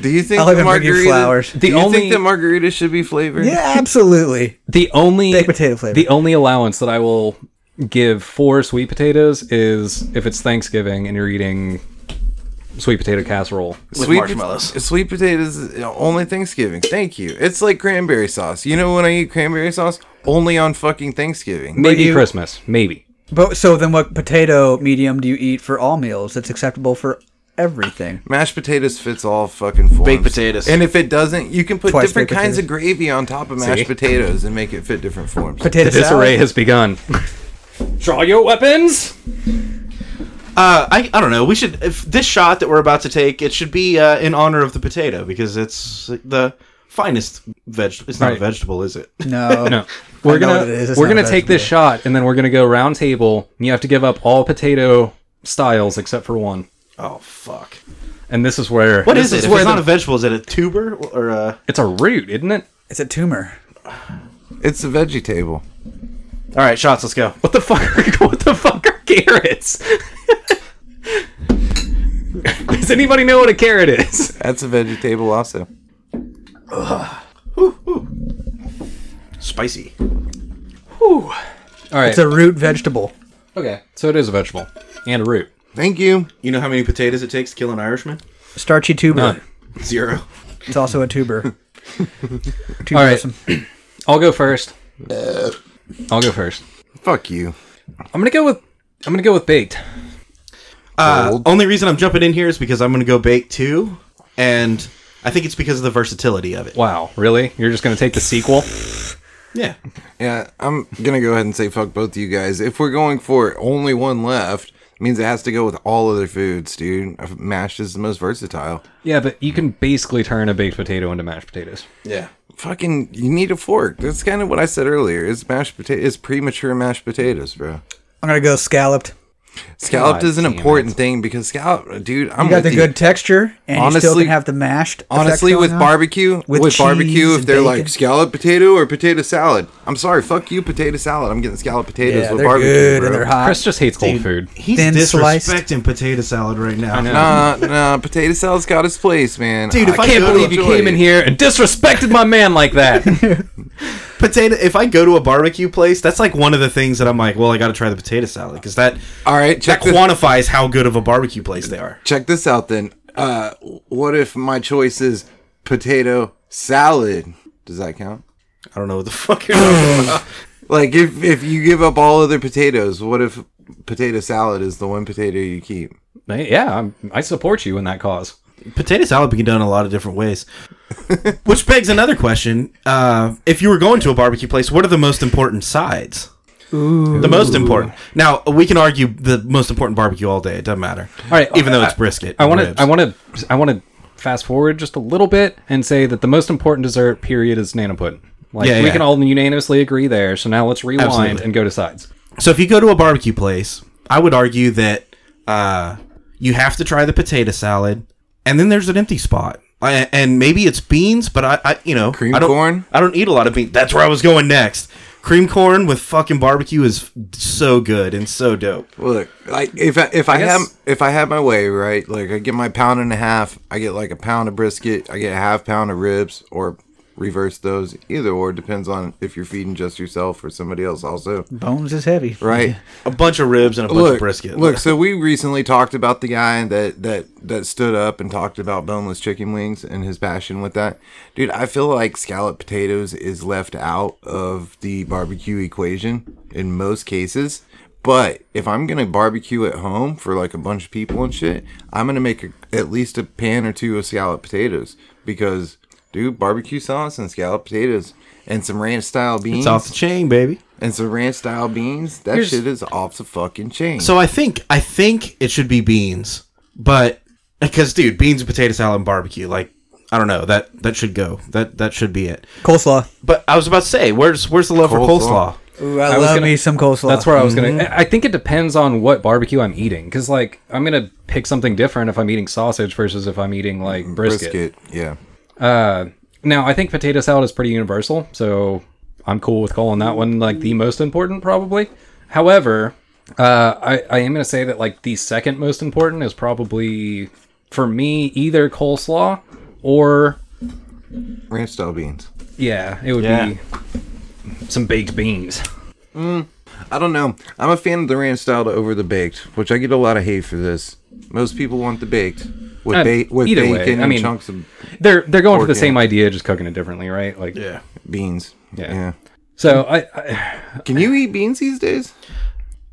[SPEAKER 2] Do you think
[SPEAKER 5] I'll
[SPEAKER 2] the
[SPEAKER 5] even bring you
[SPEAKER 2] margarita?
[SPEAKER 5] flowers.
[SPEAKER 2] Do
[SPEAKER 1] The
[SPEAKER 2] you
[SPEAKER 1] only-
[SPEAKER 2] think that margarita should be flavored?
[SPEAKER 5] Yeah, absolutely.
[SPEAKER 1] The only
[SPEAKER 5] Baked potato flavor.
[SPEAKER 1] The only allowance that I will give for sweet potatoes is if it's Thanksgiving and you're eating sweet potato casserole.
[SPEAKER 2] With marshmallows. sweet potatoes is only Thanksgiving. Thank you. It's like cranberry sauce. You know when I eat cranberry sauce? Only on fucking Thanksgiving.
[SPEAKER 1] Maybe
[SPEAKER 5] you-
[SPEAKER 1] Christmas. Maybe.
[SPEAKER 5] But so then, what potato medium do you eat for all meals? That's acceptable for everything.
[SPEAKER 2] Mashed potatoes fits all fucking forms.
[SPEAKER 6] Baked potatoes.
[SPEAKER 2] And if it doesn't, you can put
[SPEAKER 5] Twice
[SPEAKER 2] different
[SPEAKER 5] baked
[SPEAKER 2] kinds
[SPEAKER 5] potatoes.
[SPEAKER 2] of gravy on top of mashed
[SPEAKER 1] See?
[SPEAKER 2] potatoes and make it fit different forms.
[SPEAKER 5] Potato
[SPEAKER 1] The disarray
[SPEAKER 5] salad.
[SPEAKER 1] has begun. Draw your weapons.
[SPEAKER 4] Uh, I, I don't know. We should if this shot that we're about to take it should be uh, in honor of the potato because it's the finest vegetable. It's not a
[SPEAKER 1] Right.
[SPEAKER 4] vegetable, is it?
[SPEAKER 5] No,
[SPEAKER 1] No. We're
[SPEAKER 5] I know
[SPEAKER 1] gonna
[SPEAKER 5] what it is. It's
[SPEAKER 1] we're
[SPEAKER 5] not a
[SPEAKER 1] gonna take this shot and then we're gonna go round table and you have to give up all potato styles except for one.
[SPEAKER 4] Oh fuck!
[SPEAKER 1] And this is where
[SPEAKER 4] What
[SPEAKER 1] this
[SPEAKER 4] is it? If
[SPEAKER 1] where
[SPEAKER 4] it's
[SPEAKER 1] the-
[SPEAKER 4] not a vegetable, is it a tuber or a?
[SPEAKER 1] it's a root, isn't it?
[SPEAKER 5] it's a tumor.
[SPEAKER 2] It's a veggie table.
[SPEAKER 4] All right, shots. Let's go.
[SPEAKER 1] What the fuck are, what the fuck are carrots? Does anybody know what a carrot is?
[SPEAKER 2] That's a veggie table also.
[SPEAKER 4] Spicy.
[SPEAKER 1] Alright.
[SPEAKER 5] It's a root vegetable.
[SPEAKER 1] Okay. So it is a vegetable. And a root.
[SPEAKER 2] Thank you.
[SPEAKER 4] You know how many potatoes it takes to kill an Irishman?
[SPEAKER 5] Starchy tuber.
[SPEAKER 1] None.
[SPEAKER 4] Zero.
[SPEAKER 5] It's also a tuber. tuber
[SPEAKER 1] All right. I'll go first. I'll go first.
[SPEAKER 2] Fuck you.
[SPEAKER 1] I'm gonna go with I'm gonna go with baked.
[SPEAKER 4] Uh, only reason I'm jumping in here is because I'm going to go bake too, and I think it's because of the versatility of it.
[SPEAKER 1] Wow, really? You're just gonna take the sequel?
[SPEAKER 4] Yeah.
[SPEAKER 2] Yeah, I'm gonna go ahead and say fuck both of you guys. If we're going for only one left, means it has to go with all other foods, dude. Uh, Mashed is the most versatile.
[SPEAKER 1] Yeah, but you can basically turn a baked potato into mashed potatoes.
[SPEAKER 4] Yeah.
[SPEAKER 2] Fucking, you need a fork. That's kind of what I said earlier. It's mashed potato. It's premature mashed potatoes, bro.
[SPEAKER 5] I'm gonna go scalloped.
[SPEAKER 2] Scalloped
[SPEAKER 1] God
[SPEAKER 2] is an
[SPEAKER 1] damn
[SPEAKER 2] important thing because scallop, dude. I'm
[SPEAKER 5] You got
[SPEAKER 2] with
[SPEAKER 5] the
[SPEAKER 2] you.
[SPEAKER 5] good texture, and you still
[SPEAKER 2] Honestly-
[SPEAKER 5] can have the mashed. effect
[SPEAKER 2] Honestly,
[SPEAKER 5] going
[SPEAKER 2] with
[SPEAKER 5] on.
[SPEAKER 2] barbecue,
[SPEAKER 5] With
[SPEAKER 2] with, barbecue,
[SPEAKER 5] cheese
[SPEAKER 2] if
[SPEAKER 5] and
[SPEAKER 2] they're
[SPEAKER 5] bacon.
[SPEAKER 2] like scallop potato or potato salad, I'm sorry, fuck you, potato salad. I'm getting scallop potatoes
[SPEAKER 5] yeah,
[SPEAKER 2] with
[SPEAKER 5] they're
[SPEAKER 2] barbecue,
[SPEAKER 5] good
[SPEAKER 2] bro. Uh,
[SPEAKER 5] and they're hot.
[SPEAKER 1] Chris just hates cold food.
[SPEAKER 4] He's
[SPEAKER 5] Thin
[SPEAKER 4] disrespecting
[SPEAKER 5] sliced.
[SPEAKER 4] potato salad right now.
[SPEAKER 2] Nah, nah, potato salad's got its place, man.
[SPEAKER 4] Dude, if I
[SPEAKER 1] can't
[SPEAKER 4] go to
[SPEAKER 1] believe you
[SPEAKER 2] enjoy
[SPEAKER 1] came in
[SPEAKER 2] it.
[SPEAKER 1] here and disrespected my man like that.
[SPEAKER 4] potato if i go to a barbecue place that's like one of the things that i'm like well i gotta try the potato salad because that
[SPEAKER 2] All right,
[SPEAKER 4] that
[SPEAKER 2] check this,
[SPEAKER 4] quantifies how good of a barbecue place they are
[SPEAKER 2] check this out then. Uh, what if my choice is potato salad? Does that count?
[SPEAKER 4] i don't know what the fuck you're talking about
[SPEAKER 2] Like if if you give up all other potatoes, what if potato salad is the one potato you keep?
[SPEAKER 1] Hey, yeah, I'm, I support you in that cause.
[SPEAKER 4] potato salad can be done a lot of different ways which begs another question uh, if you were going to a barbecue place what are the most important sides The most important. Now we can argue the most important barbecue all day. It doesn't matter. All
[SPEAKER 1] right,
[SPEAKER 4] even though
[SPEAKER 1] I-
[SPEAKER 4] it's brisket.
[SPEAKER 1] I
[SPEAKER 4] and
[SPEAKER 1] want to
[SPEAKER 4] ribs.
[SPEAKER 1] I want to I want to fast forward just a little bit and say that the most important dessert period is nana pudding. Like
[SPEAKER 4] Yeah,
[SPEAKER 1] we
[SPEAKER 4] yeah.
[SPEAKER 1] can all unanimously agree there. So now let's rewind
[SPEAKER 4] Absolutely.
[SPEAKER 1] and go to sides.
[SPEAKER 4] So if you go to a barbecue place, I would argue that uh, you have to try the potato salad, and then there's an empty spot, I, and maybe it's beans, but I, I you know,
[SPEAKER 2] Cream
[SPEAKER 4] I don't,
[SPEAKER 2] corn?
[SPEAKER 4] I don't eat a lot of beans. That's where I was going next. Cream corn with fucking barbecue is so good and so dope.
[SPEAKER 2] Look, like if I, if I,
[SPEAKER 4] guess-
[SPEAKER 2] have if I have my way, right? Like I get my pound and a half, I get like a pound of brisket, I get a half pound of ribs, or reverse those either or depends on if you're feeding just yourself or somebody else also
[SPEAKER 5] Bones is heavy.
[SPEAKER 2] right
[SPEAKER 4] A bunch of ribs and a bunch of brisket.
[SPEAKER 2] Look, so we recently talked about the guy that that that stood up and talked about boneless chicken wings and his passion with that. Dude, I feel like scalloped potatoes is left out of the barbecue equation in most cases. But if I'm gonna barbecue at home for like a bunch of people and shit, I'm gonna make a, at least a pan or two of scalloped potatoes because, dude, barbecue sauce and scalloped potatoes and some ranch style beans
[SPEAKER 4] it's off the chain, baby.
[SPEAKER 2] and some ranch style beans. That
[SPEAKER 4] Here's-
[SPEAKER 2] shit is off the fucking chain.
[SPEAKER 4] So I think I think it should be beans, but because dude, beans and potato salad and barbecue, like I don't know that that should go. That that should be it.
[SPEAKER 5] Coleslaw.
[SPEAKER 4] But I was about to say, where's where's the love
[SPEAKER 2] Coleslaw.
[SPEAKER 4] for coleslaw?
[SPEAKER 5] Ooh, I,
[SPEAKER 1] was
[SPEAKER 5] love
[SPEAKER 1] gonna-
[SPEAKER 5] me some coleslaw.
[SPEAKER 1] That's where I was gonna.
[SPEAKER 4] Mm-hmm.
[SPEAKER 1] I I think it depends on what barbecue I'm eating, because like I'm gonna pick something different if I'm eating sausage versus if I'm eating like brisket.
[SPEAKER 2] brisket. Yeah.
[SPEAKER 1] Now I think potato salad is pretty universal, so I'm cool with calling that one like the most important, probably. However, uh, I I am gonna say that like the second most important is probably for me either coleslaw or
[SPEAKER 2] Ranch style beans.
[SPEAKER 1] yeah, it would
[SPEAKER 4] Yeah.
[SPEAKER 1] be some baked beans.
[SPEAKER 2] I don't know. I'm a fan of the ranch style to over the baked, which I get a lot of hate for this. Most people want the baked with,
[SPEAKER 1] Uh,
[SPEAKER 2] ba- with
[SPEAKER 1] either
[SPEAKER 2] bacon
[SPEAKER 1] way, I
[SPEAKER 2] and
[SPEAKER 1] mean-
[SPEAKER 2] chunks of
[SPEAKER 1] They're they're going for the
[SPEAKER 2] Pork,
[SPEAKER 1] same
[SPEAKER 2] yeah.
[SPEAKER 1] idea, just cooking it differently, right? Like
[SPEAKER 4] Yeah.
[SPEAKER 2] beans.
[SPEAKER 1] Yeah. so I, I
[SPEAKER 2] yeah. Can you eat beans these days?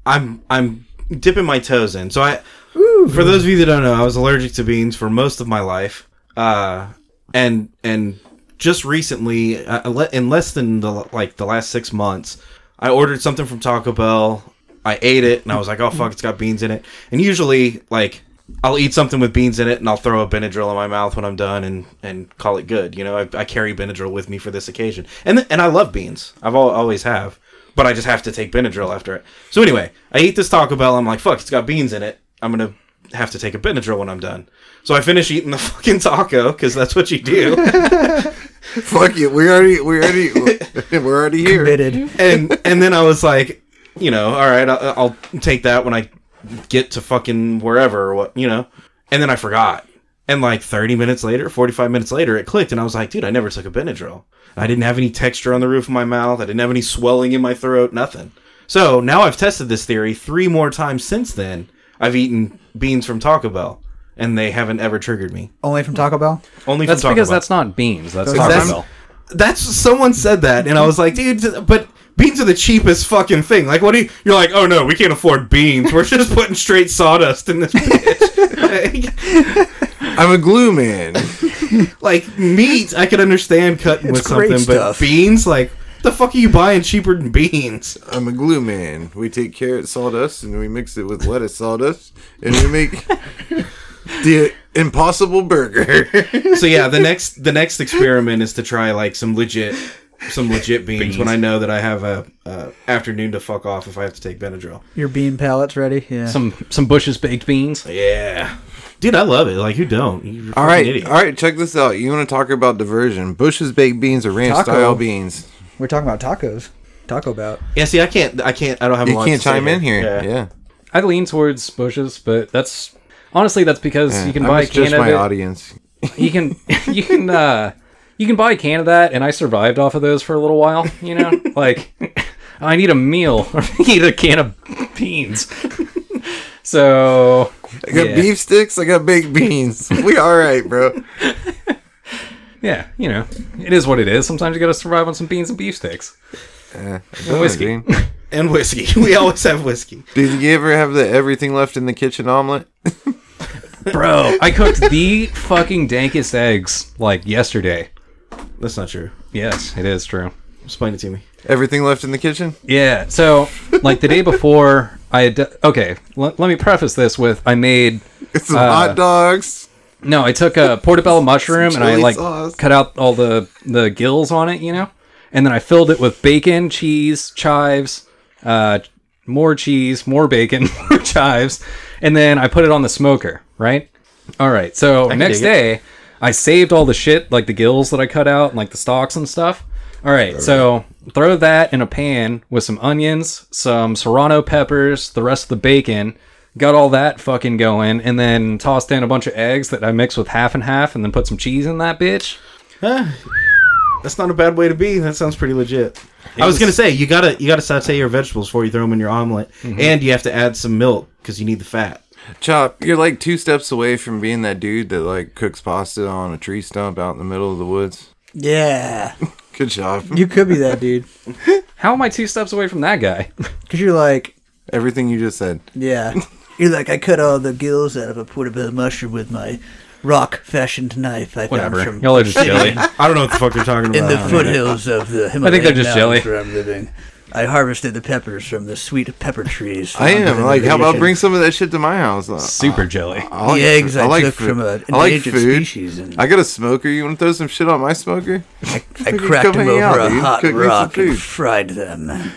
[SPEAKER 4] I'm I'm dipping my toes in. So I, for those of you that don't know, I was allergic to beans for most of my life, uh, and and just recently, uh, le- in less than the, like the last six months, I ordered something from Taco Bell. I ate it and I was like, oh fuck, it's got beans in it. And usually, like, I'll eat something with beans in it and I'll throw a Benadryl in my mouth when I'm done and and call it good. You know, I, I carry Benadryl with me for this occasion, and th- and I love beans. I've al- always have but I just have to take Benadryl after it. So anyway, I eat this Taco Bell. I'm like, fuck, it's got beans in it. I'm gonna have to take a Benadryl when I'm done. So I finish eating the fucking taco because that's what you do.
[SPEAKER 2] Fuck it. We already we already we're already here.
[SPEAKER 5] Bitted.
[SPEAKER 4] and and then I was like, you know, all right, I'll, I'll take that when I get to fucking wherever or what, you know. And then I forgot. And like 30 minutes later, 45 minutes later, it clicked, and I was like, dude, I never took a Benadryl. I didn't have any texture on the roof of my mouth. I didn't have any swelling in my throat. Nothing. So now I've tested this theory three more times since then. I've eaten beans from Taco Bell, and they haven't ever triggered me.
[SPEAKER 5] Only from Taco Bell.
[SPEAKER 4] Only
[SPEAKER 1] that's
[SPEAKER 4] from Taco
[SPEAKER 1] because
[SPEAKER 4] Bell.
[SPEAKER 1] that's not beans. That's
[SPEAKER 5] Taco
[SPEAKER 1] Taco
[SPEAKER 4] That's-
[SPEAKER 1] Bell.
[SPEAKER 4] That's someone said that, and I was like, dude, but beans are the cheapest fucking thing. Like, what do you? You're like, oh no, we can't afford beans. We're just putting straight sawdust in this bitch.
[SPEAKER 2] I'm a glue man.
[SPEAKER 4] like, like, meat, I could understand cutting with
[SPEAKER 5] It's great
[SPEAKER 4] something, but
[SPEAKER 5] stuff.
[SPEAKER 4] beans, like, the fuck are you buying cheaper than beans?
[SPEAKER 2] I'm a glue man. We take carrot sawdust and we mix it with lettuce sawdust and we make the impossible burger.
[SPEAKER 4] So yeah, the next the next experiment is to try like some legit some legit beans, when I know that I have a, a afternoon to fuck off if I have to take Benadryl.
[SPEAKER 5] Your bean palette's ready. Yeah.
[SPEAKER 1] Some some Bush's baked beans.
[SPEAKER 4] Yeah, dude, I love it. Like, who don't? You're
[SPEAKER 2] All right, all right. Check this out. You want to talk about diversion? Bush's baked beans or ranch
[SPEAKER 5] Taco.
[SPEAKER 2] style beans?
[SPEAKER 5] We're talking about tacos. Taco Bell.
[SPEAKER 4] Yeah, see, I can't, I can't, I don't have. a
[SPEAKER 2] You
[SPEAKER 4] lot
[SPEAKER 2] can't
[SPEAKER 4] to say
[SPEAKER 2] chime in here. Yeah,
[SPEAKER 1] I lean towards Bush's, but that's honestly that's because you can
[SPEAKER 2] I
[SPEAKER 1] buy a
[SPEAKER 2] was
[SPEAKER 1] can
[SPEAKER 2] just
[SPEAKER 1] of
[SPEAKER 2] my
[SPEAKER 1] it.
[SPEAKER 2] audience.
[SPEAKER 1] You can you can uh you can buy a can of that, and I survived off of those for a little while. You know, like I need a meal or I need a can of beans. so
[SPEAKER 2] I got
[SPEAKER 1] Yeah.
[SPEAKER 2] beef sticks. I got baked beans. we all right, bro.
[SPEAKER 1] yeah, you know, it is what it is. Sometimes you got to survive on some beans and beef sticks. whiskey.
[SPEAKER 2] Dude,
[SPEAKER 4] And whiskey, we always have whiskey.
[SPEAKER 2] Did you ever have the everything left in the kitchen omelet?
[SPEAKER 1] Bro, I cooked the fucking dankest eggs like yesterday.
[SPEAKER 4] That's not true.
[SPEAKER 1] Yes, it is true.
[SPEAKER 4] Explain it to me.
[SPEAKER 2] Everything left in the kitchen?
[SPEAKER 1] Yeah. So, like the day before, I had. d- Okay, l- let me preface this with I made.
[SPEAKER 2] It's some
[SPEAKER 1] Uh,
[SPEAKER 2] hot dogs.
[SPEAKER 1] No, I took a portobello mushroom and I
[SPEAKER 2] chili
[SPEAKER 1] like
[SPEAKER 2] sauce.
[SPEAKER 1] cut out all the the gills on it, you know, and then I filled it with bacon, cheese, chives, uh, more cheese, more bacon, more chives, and then I put it on the smoker. Right. All right. So next
[SPEAKER 4] dig it.
[SPEAKER 1] day, I saved all the shit like the gills that I cut out and like the stalks and stuff. All right. So throw that in a pan with some onions, some serrano peppers, the rest of the bacon. Got all that fucking going, and then tossed in a bunch of eggs that I mixed with half and half, and then put some cheese in that bitch.
[SPEAKER 4] That's not a bad way to be. That sounds pretty legit. I was,
[SPEAKER 1] was-
[SPEAKER 4] gonna say you gotta you gotta saute your vegetables before you throw them in your omelet, and you have to add some milk because you need the fat.
[SPEAKER 2] Chop, you're like two steps away from being that dude that like cooks pasta on a tree stump out in the middle of the woods.
[SPEAKER 5] Yeah.
[SPEAKER 2] Good job.
[SPEAKER 5] You could be that dude.
[SPEAKER 1] How am I two steps away from that guy?
[SPEAKER 5] Because you're like,
[SPEAKER 2] Everything you just said.
[SPEAKER 5] yeah. You're like, I cut all the gills out of a portobello mushroom with my rock fashioned knife. I
[SPEAKER 1] Whatever.
[SPEAKER 5] Found from
[SPEAKER 1] Y'all are just silly.
[SPEAKER 4] I don't know what the fuck you're talking
[SPEAKER 5] in
[SPEAKER 4] about.
[SPEAKER 5] the foothills of the Himalayan
[SPEAKER 1] think they're just
[SPEAKER 5] mountains
[SPEAKER 1] jelly.
[SPEAKER 5] where I'm living. I harvested the peppers from the sweet pepper trees.
[SPEAKER 2] I
[SPEAKER 5] found
[SPEAKER 2] am
[SPEAKER 5] within
[SPEAKER 2] like,
[SPEAKER 5] the
[SPEAKER 2] how about
[SPEAKER 5] region.
[SPEAKER 2] bring some of that shit to my house? Uh,
[SPEAKER 1] Super jelly.
[SPEAKER 2] I like
[SPEAKER 5] the eggs
[SPEAKER 2] food-
[SPEAKER 5] I,
[SPEAKER 2] like
[SPEAKER 5] took
[SPEAKER 2] food.
[SPEAKER 5] from a, an
[SPEAKER 2] I like
[SPEAKER 5] endangered
[SPEAKER 2] food.
[SPEAKER 5] species, and
[SPEAKER 2] I
[SPEAKER 5] I,
[SPEAKER 2] got a smoker. You want to throw some shit on my smoker? Fucking
[SPEAKER 5] cracked
[SPEAKER 2] come
[SPEAKER 5] them
[SPEAKER 2] hang
[SPEAKER 5] over
[SPEAKER 2] out,
[SPEAKER 5] a
[SPEAKER 2] dude.
[SPEAKER 5] hot
[SPEAKER 2] Cook me some
[SPEAKER 5] rock and
[SPEAKER 2] food.
[SPEAKER 5] fried them.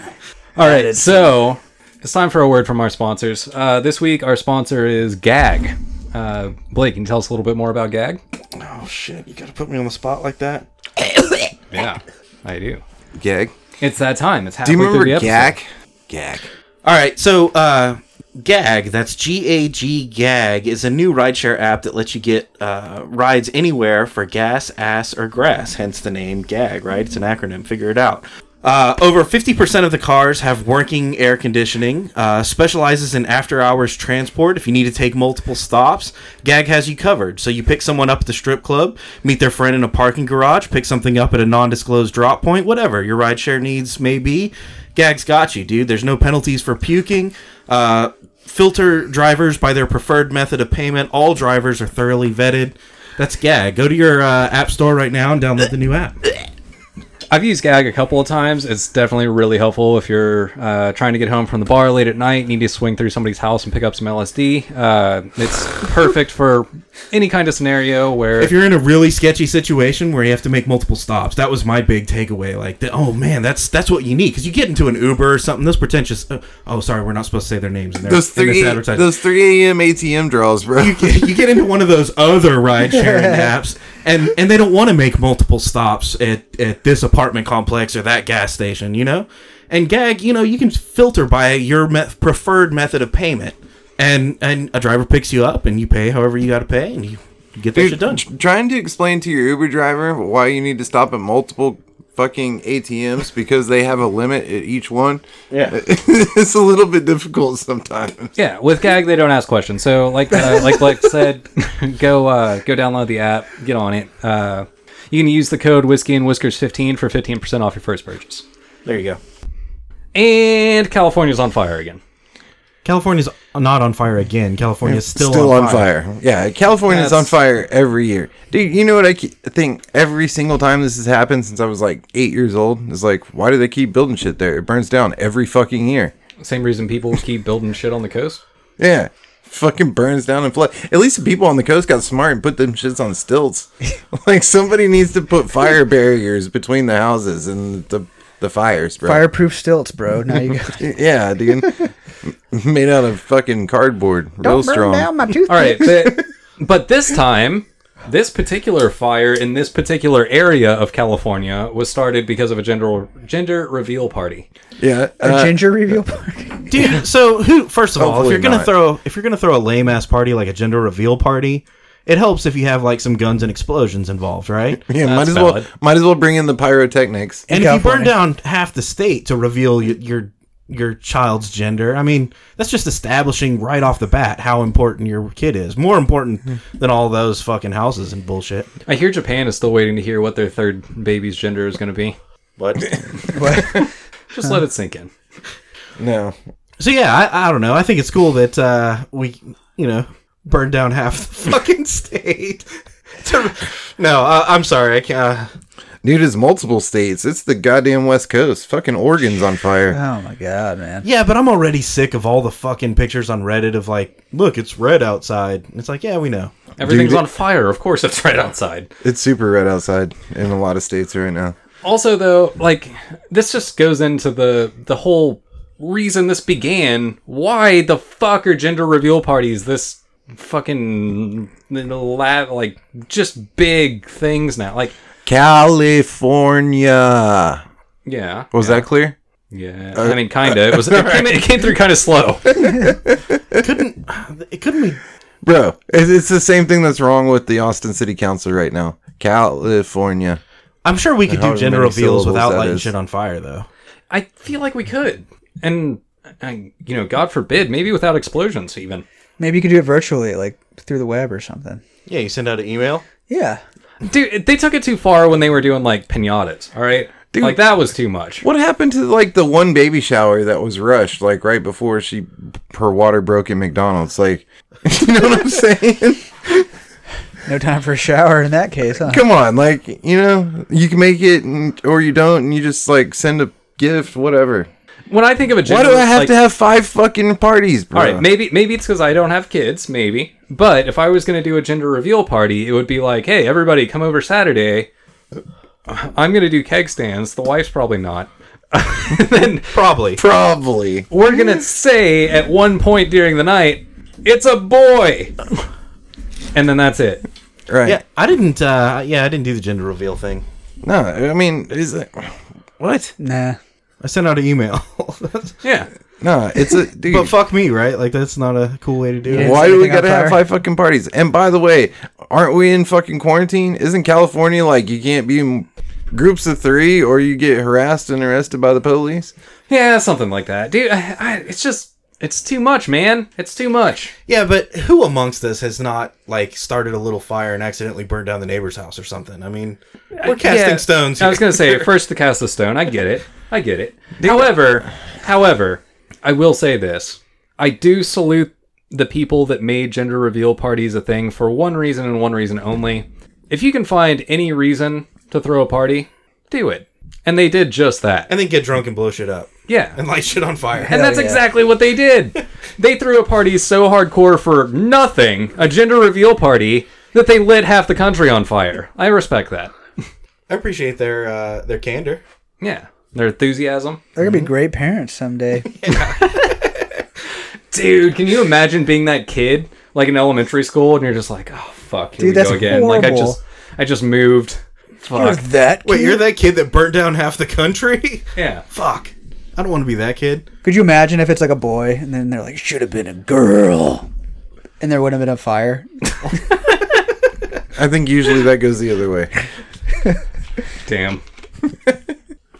[SPEAKER 1] All right,
[SPEAKER 5] Added.
[SPEAKER 1] so it's time for a word from our sponsors. Uh, this week, our sponsor is Gag. Uh, Blake, can you tell us a little bit more about Gag?
[SPEAKER 4] Oh shit! You gotta put me on the spot like that.
[SPEAKER 1] Yeah, I do.
[SPEAKER 2] Gag.
[SPEAKER 1] It's that time. It's
[SPEAKER 2] Do
[SPEAKER 1] halfway
[SPEAKER 2] you
[SPEAKER 1] through
[SPEAKER 2] remember
[SPEAKER 1] the episode.
[SPEAKER 2] Gag? Gag.
[SPEAKER 4] All right, so uh, Gag, that's G A G Gag, is a new rideshare app that lets you get uh, rides anywhere for gas, ass, or grass, hence the name Gag, right? It's an acronym, figure it out. Uh, over 50% of the cars have working air conditioning, uh, specializes in after hours transport. If you need to take multiple stops, Gag has you covered. So you pick someone up at the strip club, meet their friend in a parking garage, pick something up at a non disclosed drop point, whatever your rideshare needs may be. Gag's got you, dude. There's no penalties for puking. Uh, filter drivers by their preferred method of payment. All drivers are thoroughly vetted. That's Gag. Go to your uh, app store right now and download the new app.
[SPEAKER 1] I've used Gag a couple of times. It's definitely really helpful if you're uh, trying to get home from the bar late at night, need to swing through somebody's house and pick up some LSD. Uh, it's perfect for any kind of scenario where
[SPEAKER 4] If you're in a really sketchy situation where you have to make multiple stops, that was my big takeaway. Like, the, oh man, that's that's what you need because you get into an Uber or something. Those pretentious. Uh, oh, sorry, we're not supposed to say their names. In their,
[SPEAKER 2] Those
[SPEAKER 4] in
[SPEAKER 2] three.
[SPEAKER 4] this advertisement.
[SPEAKER 2] Those three a.m. ATM draws, bro.
[SPEAKER 4] you get, you get into one of those other ride sharing apps and and they don't want to make multiple stops at, at this apartment complex or that gas station you know and gag you know you can filter by your me- preferred method of payment and and a driver picks you up and you pay however you got to pay and you get that shit
[SPEAKER 2] Dude,
[SPEAKER 4] done
[SPEAKER 2] tr- trying to explain to your Uber driver why you need to stop at multiple fucking ATMs because they have a limit at each one.
[SPEAKER 4] Yeah.
[SPEAKER 2] it's a little bit difficult sometimes.
[SPEAKER 1] Yeah, with Gag they don't ask questions. So like uh, like Blake said, go uh, go download the app, get on it. Uh, you can use the code Whiskey and Whiskers fifteen for fifteen percent off your first purchase.
[SPEAKER 4] there you go
[SPEAKER 1] And California's on fire again.
[SPEAKER 4] california's not on fire again california's still, on, fire.
[SPEAKER 2] Yeah, California's
[SPEAKER 1] That's-
[SPEAKER 2] on fire every year. Dude, you know what I ke- think every single time this has happened since I was like 8 years old is like why do they keep building shit there? It burns down every fucking year.
[SPEAKER 1] Same reason people keep building shit on the coast.
[SPEAKER 2] Yeah. Fucking burns down and flood. At least the people on the coast got smart and put them shits on stilts. like somebody needs to put fire barriers between the houses and the the fires, bro.
[SPEAKER 3] Fireproof stilts, bro. Now you got
[SPEAKER 2] Yeah, dude. Made out of fucking cardboard, real strong.
[SPEAKER 3] my toothpick.
[SPEAKER 1] All right, but, but this time, this particular fire in this particular area of California was started because of a gender gender reveal party.
[SPEAKER 2] Yeah,
[SPEAKER 3] A
[SPEAKER 2] uh,
[SPEAKER 3] ginger review party.
[SPEAKER 4] dude so who first of all if
[SPEAKER 2] Hopefully
[SPEAKER 4] you're gonna
[SPEAKER 2] not.
[SPEAKER 4] throw if you're gonna throw a lame ass party like a gender reveal party it helps if you have like some guns and explosions involved right
[SPEAKER 2] yeah. Might
[SPEAKER 1] That's
[SPEAKER 2] as well,
[SPEAKER 1] valid.
[SPEAKER 2] might as well bring in the pyrotechnics.
[SPEAKER 4] And if you burn
[SPEAKER 3] California.
[SPEAKER 4] down half the state to reveal your, your your child's gender, I mean, that's just establishing right off the bat how important your kid is. More important than all those fucking houses and bullshit.
[SPEAKER 1] I hear Japan is still waiting to hear what their third baby's gender is going to be.
[SPEAKER 4] But
[SPEAKER 1] Just let it sink in.
[SPEAKER 2] No,
[SPEAKER 4] so yeah, I, I don't know. I think it's cool that uh, we you know burn down half the fucking state. to- no, uh, I'm sorry. I can't. Uh,
[SPEAKER 2] dude, it's multiple states. It's the goddamn West Coast. Fucking Oregon's on fire.
[SPEAKER 5] Oh my god, man!
[SPEAKER 4] yeah, but I'm already sick of all the fucking pictures on Reddit of like, look, it's red outside. It's like, yeah, we know.
[SPEAKER 1] Everything's
[SPEAKER 2] Dude.
[SPEAKER 1] on fire. Of course, it's right outside.
[SPEAKER 2] It's super red outside in a lot of states right now.
[SPEAKER 1] Also, though, like this just goes into the the whole reason this began. Why the fuck are gender reveal parties this fucking la- like just big things now? Like,
[SPEAKER 2] California.
[SPEAKER 1] yeah,
[SPEAKER 2] Was Oh, that clear?
[SPEAKER 1] yeah. I mean, kind of. It was. It came, it came through kind of slow.
[SPEAKER 4] Couldn't it couldn't be
[SPEAKER 2] Bro, it's, it's the same thing that's wrong with the Austin City Council right now. California.
[SPEAKER 4] I'm sure we could do
[SPEAKER 2] however
[SPEAKER 4] gender
[SPEAKER 2] many
[SPEAKER 4] reveals
[SPEAKER 2] syllables
[SPEAKER 4] without
[SPEAKER 2] that
[SPEAKER 4] lighting
[SPEAKER 2] is.
[SPEAKER 4] shit on fire, though.
[SPEAKER 1] I feel like we could, and, and you know, God forbid, maybe without explosions even.
[SPEAKER 5] Maybe you could do it virtually, like through the web or something.
[SPEAKER 4] Yeah, you send out an email.
[SPEAKER 5] Yeah.
[SPEAKER 1] Dude, they took it too far when they were doing like pinatas. All right, like that was too much.
[SPEAKER 2] What happened to like the one baby shower that was rushed, like right before she her water broke at McDonald's? Like, you know what I'm saying?
[SPEAKER 5] No time for a shower in that case, huh?
[SPEAKER 2] Come on, like you know, you can make it and, or you don't, and you just like send a gift, whatever.
[SPEAKER 1] When I think of a
[SPEAKER 2] Why
[SPEAKER 1] gender,
[SPEAKER 2] do I
[SPEAKER 1] it's
[SPEAKER 2] have
[SPEAKER 1] like-
[SPEAKER 2] to have Uh. five fucking parties, bro?
[SPEAKER 1] All right, maybe maybe it's because I don't have kids, maybe. But if I was going to do a gender reveal party, it would be like, hey, everybody, come over Saturday. I'm going to do keg stands. The wife's probably not. and then
[SPEAKER 4] Probably.
[SPEAKER 2] Probably.
[SPEAKER 1] we're going to say at one point during the night, it's a boy. And then that's it.
[SPEAKER 2] Right.
[SPEAKER 4] Yeah, I didn't. Uh, yeah, I didn't do the gender reveal thing.
[SPEAKER 2] No, I mean, is it?
[SPEAKER 4] What?
[SPEAKER 5] Nah.
[SPEAKER 4] I sent out an email.
[SPEAKER 1] Yeah.
[SPEAKER 2] No, it's a dude.
[SPEAKER 4] but fuck me, right? Like that's not a cool way to do it.
[SPEAKER 2] Why do we
[SPEAKER 5] anything on
[SPEAKER 2] gotta have
[SPEAKER 5] fire?
[SPEAKER 2] five fucking parties? And by the way, aren't we in fucking quarantine? Isn't California like you can't be in groups of three or you get harassed and arrested by the police?
[SPEAKER 1] Yeah, something like that. Dude, I, I, it's just, it's too much, man. It's too much.
[SPEAKER 4] Yeah, but who amongst us has not like started a little fire and accidentally burned down the neighbor's house or something? I mean, we're casting
[SPEAKER 1] Yeah.
[SPEAKER 4] stones.
[SPEAKER 1] I was
[SPEAKER 4] here.
[SPEAKER 1] gonna say first to cast the stone. I get it. I get it. However, however, I will say this: I do salute the people that made gender reveal parties a thing for one reason and one reason only. If you can find any reason to throw a party, do it. And they did just that.
[SPEAKER 4] and then get drunk and blow shit up
[SPEAKER 1] Yeah.
[SPEAKER 4] and light shit on fire.
[SPEAKER 1] And that's exactly what they did. They threw a party so hardcore for nothing, a gender reveal party, that they lit half the country on fire. I respect that.
[SPEAKER 4] I appreciate their uh, their candor.
[SPEAKER 1] Yeah. Their enthusiasm.
[SPEAKER 5] They're gonna be great parents someday.
[SPEAKER 1] Dude, can you imagine being that kid like in elementary school and you're just like, oh fuck, here
[SPEAKER 5] Dude,
[SPEAKER 1] we
[SPEAKER 5] that's
[SPEAKER 1] go again. Like I
[SPEAKER 5] horrible.
[SPEAKER 1] just I just moved. Fuck.
[SPEAKER 5] that
[SPEAKER 4] Wait, you're that kid that burned down half the country?
[SPEAKER 1] Yeah.
[SPEAKER 4] Fuck. I don't want to be that kid.
[SPEAKER 5] Could you imagine if it's like a boy and then they're like, should have been a girl? And there would have been a fire.
[SPEAKER 2] I think usually that goes the other way.
[SPEAKER 1] Damn. yeah,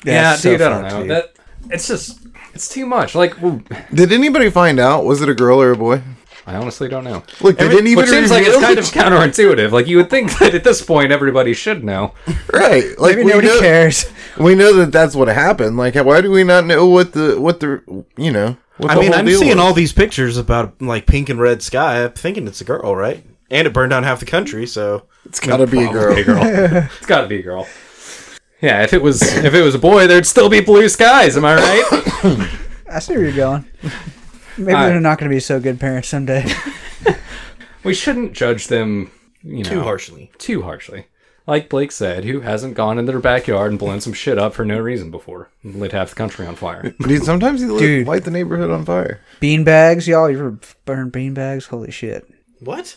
[SPEAKER 5] That's so
[SPEAKER 1] dude, I don't
[SPEAKER 5] fucked,
[SPEAKER 1] know.
[SPEAKER 5] dude.
[SPEAKER 1] That it's just it's too much. Like well,
[SPEAKER 2] Did anybody find out? Was it a girl or a boy?
[SPEAKER 1] I honestly don't know.
[SPEAKER 2] Look, did anybody?
[SPEAKER 1] Which seems like it's
[SPEAKER 2] reveal
[SPEAKER 1] kind
[SPEAKER 2] it?
[SPEAKER 1] of counterintuitive. Like you would think that at this point everybody should know.
[SPEAKER 2] right. Like
[SPEAKER 5] Maybe
[SPEAKER 2] we
[SPEAKER 5] nobody
[SPEAKER 2] know,
[SPEAKER 5] cares.
[SPEAKER 2] We know that that's what happened. Like, why do we not know what the what the you know? What
[SPEAKER 4] I
[SPEAKER 2] the
[SPEAKER 4] mean,
[SPEAKER 2] whole
[SPEAKER 4] I'm
[SPEAKER 2] deal
[SPEAKER 4] seeing
[SPEAKER 2] was?
[SPEAKER 4] all these pictures about like pink and red sky. I'm thinking it's a girl, right? And it burned down half the country, so
[SPEAKER 2] It's gotta be a girl.
[SPEAKER 1] Probably a girl. it's gotta be a girl. Yeah, if it was if it was a boy, there'd still be blue skies, am I right?
[SPEAKER 5] I see where you're going. Maybe
[SPEAKER 1] Alright.
[SPEAKER 5] they're not gonna be so good parents someday.
[SPEAKER 1] we shouldn't judge them, you know.
[SPEAKER 4] too harshly.
[SPEAKER 1] too harshly. Like Blake said, who hasn't gone in their backyard and blown some shit up for no reason before? and Lit half the country on fire.
[SPEAKER 2] Dude, sometimes you
[SPEAKER 5] Dude.
[SPEAKER 2] light the neighborhood on fire.
[SPEAKER 5] bean bags, y'all, you ever burn bean bags? Holy shit.
[SPEAKER 4] What?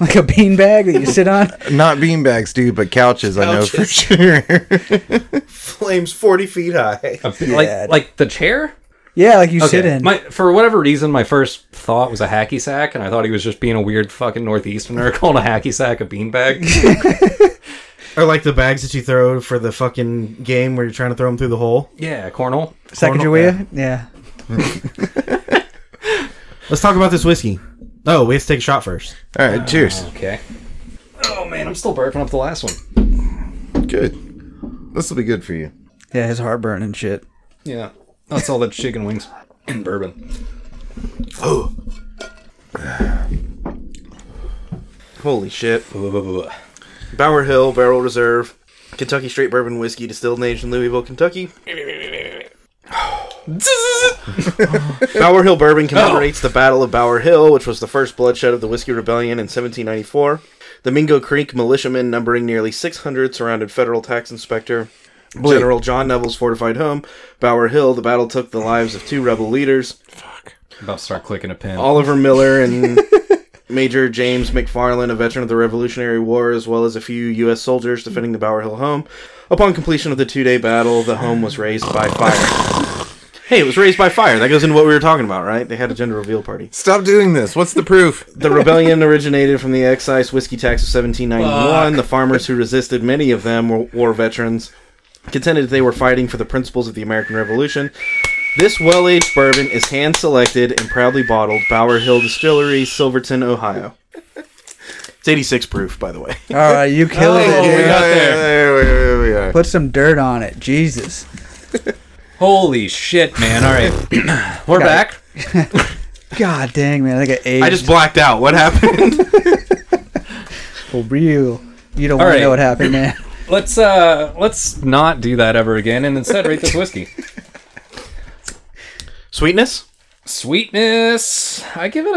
[SPEAKER 5] like a bean bag that you sit on?
[SPEAKER 2] Not beanbags, dude, but couches. I know for
[SPEAKER 4] Couches.
[SPEAKER 2] sure.
[SPEAKER 4] Flames forty feet high.
[SPEAKER 1] A bit- like
[SPEAKER 5] Yeah.
[SPEAKER 1] like the chair?
[SPEAKER 5] Yeah, like you sit
[SPEAKER 1] Okay.
[SPEAKER 5] in.
[SPEAKER 1] My, for whatever reason, my first thought was a hacky sack, and I thought he was just being a weird fucking northeasterner calling a hacky sack a beanbag.
[SPEAKER 4] Or like the bags that you throw for the fucking game where you're trying to throw them through the hole.
[SPEAKER 1] yeah, cornhole.
[SPEAKER 5] Sacagawea? Yeah.
[SPEAKER 4] Let's talk about this whiskey. Oh, we have to take a shot first.
[SPEAKER 2] All right, cheers.
[SPEAKER 1] Okay. Oh man, I'm still burping up the last one.
[SPEAKER 2] Good. This will be good for you.
[SPEAKER 5] Yeah, his heartburn and shit.
[SPEAKER 1] Yeah, that's all that chicken wings and bourbon.
[SPEAKER 4] Holy shit. Bower Hill Barrel Reserve, Kentucky Straight Bourbon Whiskey, distilled and aged in Louisville, Kentucky. Bower Hill Bourbon commemorates the Battle of Bower Hill, which was the first bloodshed of the Whiskey Rebellion in 1794. The Mingo Creek militiamen, numbering nearly 600, surrounded federal tax inspector General John Neville's fortified home, Bower Hill. The battle took the lives of two rebel leaders.
[SPEAKER 1] About to start clicking a pin.
[SPEAKER 4] Oliver Miller and Major James McFarland, a veteran of the Revolutionary War, as well as a few U.S. soldiers defending the Bower Hill home. Upon completion of the two day battle, the home was razed by fire. Hey, it was raised by fire. That goes into what we were talking about, right? They had a gender reveal party.
[SPEAKER 2] Stop doing this. What's the proof?
[SPEAKER 4] The rebellion originated from the excise whiskey tax of 1791. The farmers who resisted, many of them were war veterans, contended they were fighting for the principles of the American Revolution. This well aged bourbon is hand selected and proudly bottled Bower Hill Distillery, Silverton, Ohio. It's 86 proof, by the way.
[SPEAKER 5] All right, you killed it.
[SPEAKER 1] we
[SPEAKER 5] dude.
[SPEAKER 1] got there.
[SPEAKER 2] there we are.
[SPEAKER 5] Put some dirt on it, Jesus.
[SPEAKER 1] Holy shit, man! All right, we're back.
[SPEAKER 5] God dang man, I got aged
[SPEAKER 4] I just blacked out. What happened?
[SPEAKER 5] for real. You don't want
[SPEAKER 1] right.
[SPEAKER 5] to know what happened, man.
[SPEAKER 1] Let's uh, let's not do that ever again, and instead rate this whiskey.
[SPEAKER 4] Sweetness?
[SPEAKER 1] Sweetness, I give it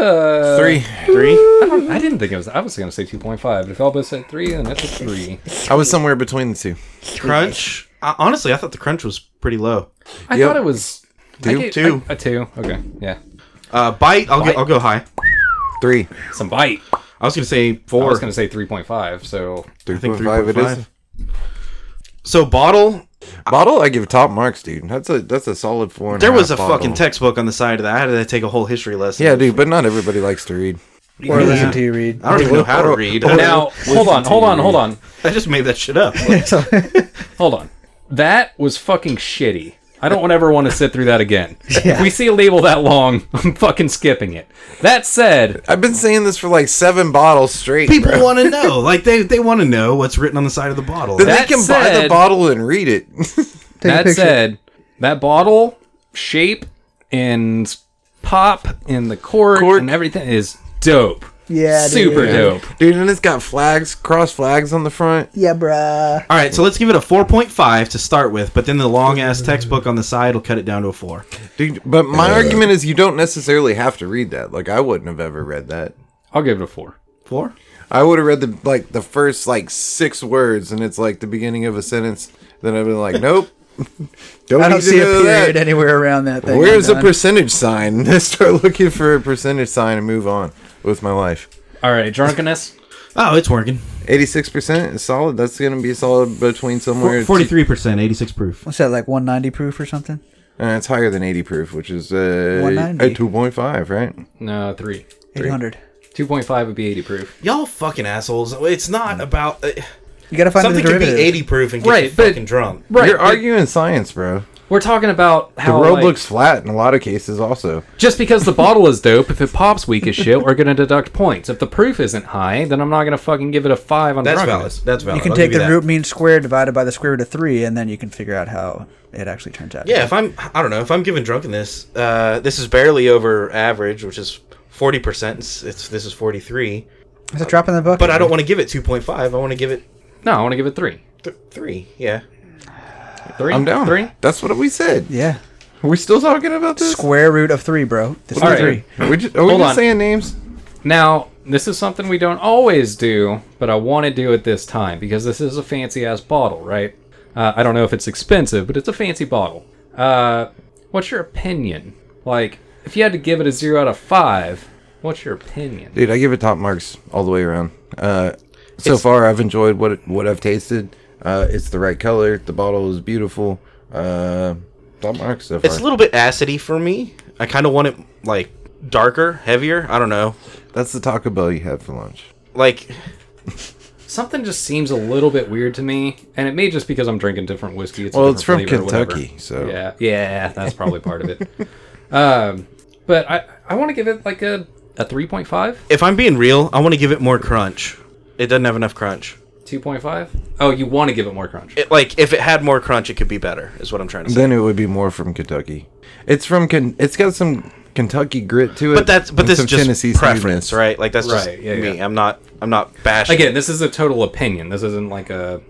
[SPEAKER 1] a
[SPEAKER 4] Uh,
[SPEAKER 2] Three.
[SPEAKER 4] Three?
[SPEAKER 1] I didn't think it was. I was gonna say two point five, but if y'all both said three, then that's a three.
[SPEAKER 2] I was somewhere between the two.
[SPEAKER 4] Crunch? Uh, honestly, I thought the crunch was pretty low.
[SPEAKER 1] I
[SPEAKER 2] Yep.
[SPEAKER 1] thought it was I
[SPEAKER 2] Two?
[SPEAKER 1] gave-
[SPEAKER 4] Two.
[SPEAKER 1] I- a two. Okay, yeah,
[SPEAKER 4] Uh, bite? I'll, Go, I'll go high.
[SPEAKER 2] Three.
[SPEAKER 1] some bite.
[SPEAKER 4] I was going to say
[SPEAKER 1] I
[SPEAKER 4] four.
[SPEAKER 1] was gonna say three point five. So
[SPEAKER 2] Three
[SPEAKER 4] think
[SPEAKER 2] point five. It
[SPEAKER 4] 3.5.
[SPEAKER 2] is.
[SPEAKER 4] so, bottle?
[SPEAKER 2] Bottle. I give top marks, dude. That's a that's a solid four. and
[SPEAKER 4] There
[SPEAKER 2] half
[SPEAKER 4] was a
[SPEAKER 2] bottle.
[SPEAKER 4] fucking textbook on the side of that. I had to take a whole history lesson.
[SPEAKER 2] Yeah, dude. But not everybody likes to read.
[SPEAKER 5] Or listen to you read.
[SPEAKER 4] I don't even know how to read. Now,
[SPEAKER 1] now, hold on, hold on, hold on,
[SPEAKER 4] I just made that shit up.
[SPEAKER 1] hold on. That was fucking shitty. I don't ever want to sit through that again. If we see a label that long, I'm fucking skipping it. That said,
[SPEAKER 2] I've been saying this for like seven bottles straight.
[SPEAKER 4] People
[SPEAKER 2] bro.
[SPEAKER 4] want to know. Like they they want to know what's written on the side of the bottle.
[SPEAKER 2] Then
[SPEAKER 1] That
[SPEAKER 2] they can buy
[SPEAKER 1] said-
[SPEAKER 2] the bottle and read it.
[SPEAKER 5] a
[SPEAKER 1] that
[SPEAKER 5] picture.
[SPEAKER 1] said, that bottle shape and pop and the cork,
[SPEAKER 2] Cork.
[SPEAKER 1] and everything is dope.
[SPEAKER 5] Yeah, dude.
[SPEAKER 1] super dope.
[SPEAKER 2] dude, and it's got flags, cross flags on the front.
[SPEAKER 5] Yeah, bruh.
[SPEAKER 4] All right, so let's give it a 4.5 to start with, but then the long ass textbook on the side will cut it down to a 4.
[SPEAKER 2] Dude, but my argument is you don't necessarily have to read that. Like I wouldn't have ever read that.
[SPEAKER 1] I'll give it a four.
[SPEAKER 4] 4?
[SPEAKER 2] I would have read the like the first like six words, and it's like the beginning of a sentence. Then I've been like, nope. don't
[SPEAKER 5] I
[SPEAKER 2] need
[SPEAKER 5] don't
[SPEAKER 2] to
[SPEAKER 5] see a
[SPEAKER 2] know that.
[SPEAKER 5] period anywhere around that thing.
[SPEAKER 2] Where's
[SPEAKER 5] I'm
[SPEAKER 2] the
[SPEAKER 5] done.
[SPEAKER 2] percentage sign? I start looking for a percentage sign and move on with my life.
[SPEAKER 1] All right, drunkenness.
[SPEAKER 4] Oh, it's working.
[SPEAKER 2] Eighty-six percent is solid. That's gonna be solid between somewhere.
[SPEAKER 4] 43%, 86 proof.
[SPEAKER 5] What's that like 190 proof or something?
[SPEAKER 2] Uh, it's higher than eighty proof, which is uh,
[SPEAKER 5] 190.
[SPEAKER 2] a two point five, right?
[SPEAKER 1] No, three.
[SPEAKER 5] 800.
[SPEAKER 1] Two point five would be eighty proof.
[SPEAKER 4] Y'all fucking assholes. It's not about uh,
[SPEAKER 5] You gotta find
[SPEAKER 4] something
[SPEAKER 5] the
[SPEAKER 4] can be
[SPEAKER 5] derivative.
[SPEAKER 4] 80 proof and get
[SPEAKER 1] Right,
[SPEAKER 4] you
[SPEAKER 1] but-
[SPEAKER 4] fucking drunk.
[SPEAKER 1] Right.
[SPEAKER 2] You're
[SPEAKER 1] but
[SPEAKER 2] arguing science, bro.
[SPEAKER 1] we're talking about
[SPEAKER 2] The
[SPEAKER 1] how
[SPEAKER 2] road
[SPEAKER 1] like,
[SPEAKER 2] looks flat in a lot of cases, also.
[SPEAKER 1] just because the bottle is dope, if it pops weak as shit, we're gonna deduct points. If the proof isn't high, then I'm not gonna fucking give it a five on
[SPEAKER 4] That's valid.
[SPEAKER 1] drunkenness.
[SPEAKER 4] That's valid.
[SPEAKER 5] You can
[SPEAKER 4] I'll
[SPEAKER 5] take
[SPEAKER 4] give
[SPEAKER 5] the
[SPEAKER 4] Oh, that.
[SPEAKER 5] root mean square divided by the square root of 3, and then you can figure out how it actually turns out.
[SPEAKER 4] Yeah, if I'm, I don't know, if I'm given drunkenness, uh, this is barely over average, which is 40%. It's, it's This is 43.
[SPEAKER 5] It's a drop in the bucket.
[SPEAKER 4] But I don't want to give it 2.5. I want to give it
[SPEAKER 1] No, I want to give it three.
[SPEAKER 4] th- 3. Yeah.
[SPEAKER 1] Three.
[SPEAKER 2] I'm down.
[SPEAKER 1] Three.
[SPEAKER 2] That's what we said.
[SPEAKER 5] Yeah.
[SPEAKER 2] We're still talking about this.
[SPEAKER 5] Square root of 3, bro. This
[SPEAKER 1] All
[SPEAKER 5] is
[SPEAKER 1] right.
[SPEAKER 5] 3.
[SPEAKER 2] We just, are we
[SPEAKER 1] Hold
[SPEAKER 2] just
[SPEAKER 1] on.
[SPEAKER 2] saying names?
[SPEAKER 1] Now, this is something we don't always do, but I want to do it this time because this is a fancy ass bottle, right? Uh, I don't know if it's expensive, but it's a fancy bottle. Uh, what's your opinion? Like, if you had to give it a zero out of five, what's your opinion?
[SPEAKER 2] Dude, I give it top marks all the way around. Uh, so far, I've enjoyed what it- what I've tasted. Uh, it's the right color. The bottle is beautiful. Uh, top marks so far.
[SPEAKER 4] It's a little bit acidy for me. I kind of want it like darker, heavier. I don't know.
[SPEAKER 2] That's the Taco Bell you had for lunch.
[SPEAKER 4] Like
[SPEAKER 1] Something just seems a little bit weird to me, and it may just because I'm drinking different whiskey. It's a
[SPEAKER 2] Well, it's from
[SPEAKER 1] different flavor or whatever.
[SPEAKER 2] Kentucky, so
[SPEAKER 1] Yeah, yeah, that's probably part of it. Um, but I, I want to give it like a a 3.5,
[SPEAKER 4] if I'm being real, I want to give it more crunch. It doesn't have enough crunch.
[SPEAKER 1] 2.5. Oh, you want to give it more crunch?
[SPEAKER 4] It, like if it had more crunch, it could be better. Is what I'm trying to say.
[SPEAKER 2] then it would be more from Kentucky. It's from Ken- It's got some Kentucky grit to it.
[SPEAKER 4] But that's but
[SPEAKER 2] and
[SPEAKER 4] this
[SPEAKER 2] some
[SPEAKER 4] is just preference,
[SPEAKER 2] smoothness.
[SPEAKER 4] right? Like that's
[SPEAKER 1] Right,
[SPEAKER 4] just
[SPEAKER 1] yeah,
[SPEAKER 4] me.
[SPEAKER 1] yeah.
[SPEAKER 4] I'm not I'm not bashing.
[SPEAKER 1] again this is a total opinion this isn't like a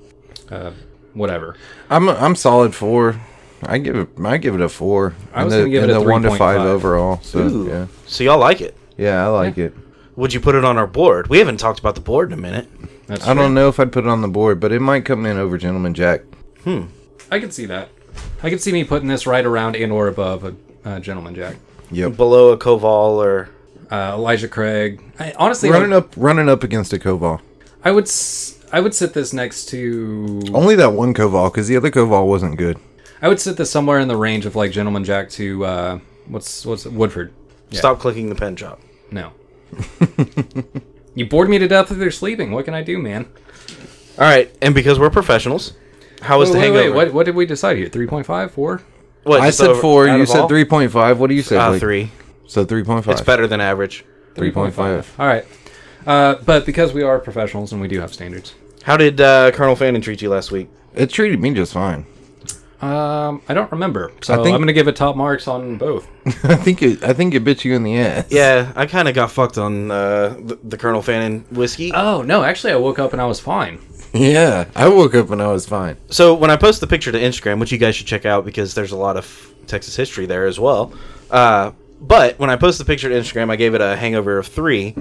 [SPEAKER 1] uh, whatever
[SPEAKER 2] I'm I'm solid four. I give it I give it a four.
[SPEAKER 1] I was
[SPEAKER 2] And the,
[SPEAKER 1] gonna give
[SPEAKER 2] and
[SPEAKER 1] it a
[SPEAKER 2] the one to five
[SPEAKER 1] 3.5.
[SPEAKER 2] overall. So yeah,
[SPEAKER 4] So y'all like it?
[SPEAKER 2] yeah, I like it.
[SPEAKER 4] Would you put it on our board? We haven't talked about the board in a minute.
[SPEAKER 1] That's
[SPEAKER 2] I
[SPEAKER 1] true.
[SPEAKER 2] don't know if I'd put it on the board, but it might come in over Gentleman Jack.
[SPEAKER 1] i can see that i can see me putting this right around and or above a uh, gentleman jack
[SPEAKER 2] Yep.
[SPEAKER 4] Below a Koval or
[SPEAKER 1] uh, elijah craig I, honestly
[SPEAKER 2] running
[SPEAKER 1] I,
[SPEAKER 2] up running up against a Koval.
[SPEAKER 1] I would s- i would sit this next to
[SPEAKER 2] Only that one Koval because the other Koval wasn't good.
[SPEAKER 1] I would sit this somewhere in the range of like Gentleman Jack to uh, what's what's it? Woodford.
[SPEAKER 4] Stop clicking the pen drop.
[SPEAKER 1] No. you bored me to death if they're sleeping. What can I do, man?
[SPEAKER 4] All right, and because we're professionals, how was
[SPEAKER 1] Wait,
[SPEAKER 4] the
[SPEAKER 1] wait,
[SPEAKER 4] hangover?
[SPEAKER 1] wait, what, what did we decide here? 3.5, 4?
[SPEAKER 4] What,
[SPEAKER 2] I
[SPEAKER 4] just
[SPEAKER 2] said
[SPEAKER 4] over-
[SPEAKER 2] four.
[SPEAKER 4] out
[SPEAKER 2] You
[SPEAKER 4] of
[SPEAKER 2] said
[SPEAKER 4] all?
[SPEAKER 2] three point five. What do you say?
[SPEAKER 4] Uh,
[SPEAKER 2] Blake?
[SPEAKER 4] three.
[SPEAKER 2] So three point five.
[SPEAKER 4] It's better than average.
[SPEAKER 2] Three point five.
[SPEAKER 1] All right. Uh, but because we are professionals and we do have standards,
[SPEAKER 4] How did uh, Colonel Fannin treat you last week?
[SPEAKER 2] It treated me just fine.
[SPEAKER 1] um, I don't remember. So
[SPEAKER 2] think-
[SPEAKER 1] I'm going to give it top marks on both.
[SPEAKER 2] I think it. I think it bit you in the ass.
[SPEAKER 4] Yeah, I kind of got fucked on uh, the, the Colonel Fannin whiskey.
[SPEAKER 1] Oh, no. Actually, I woke up and I was fine.
[SPEAKER 2] Yeah. I woke up and I was fine.
[SPEAKER 4] so when I post the picture to Instagram, which you guys should check out because there's a lot of Texas history there as well. Uh, but when I post the picture to Instagram, I gave it a hangover of three,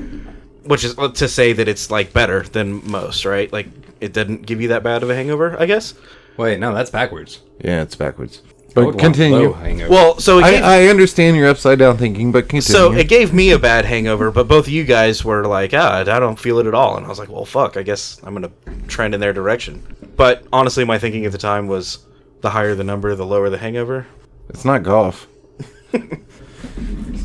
[SPEAKER 4] which is uh, to say that it's like better than most, right? Like it didn't give you that bad of a hangover, I guess.
[SPEAKER 1] Wait, no, that's backwards.
[SPEAKER 2] Yeah, it's backwards.
[SPEAKER 1] I
[SPEAKER 2] But
[SPEAKER 1] would want low
[SPEAKER 2] continue.
[SPEAKER 1] hangover.
[SPEAKER 4] Well, so it gave,
[SPEAKER 2] I, I understand your upside down thinking, but continue.
[SPEAKER 4] so it gave me a bad hangover, but both of you guys were like, "Ah, I don't feel it at all," and I was like, "Well, fuck, I guess I'm gonna trend in their direction." But honestly, my thinking at the time was, the higher the number, the lower the hangover.
[SPEAKER 2] it's not golf.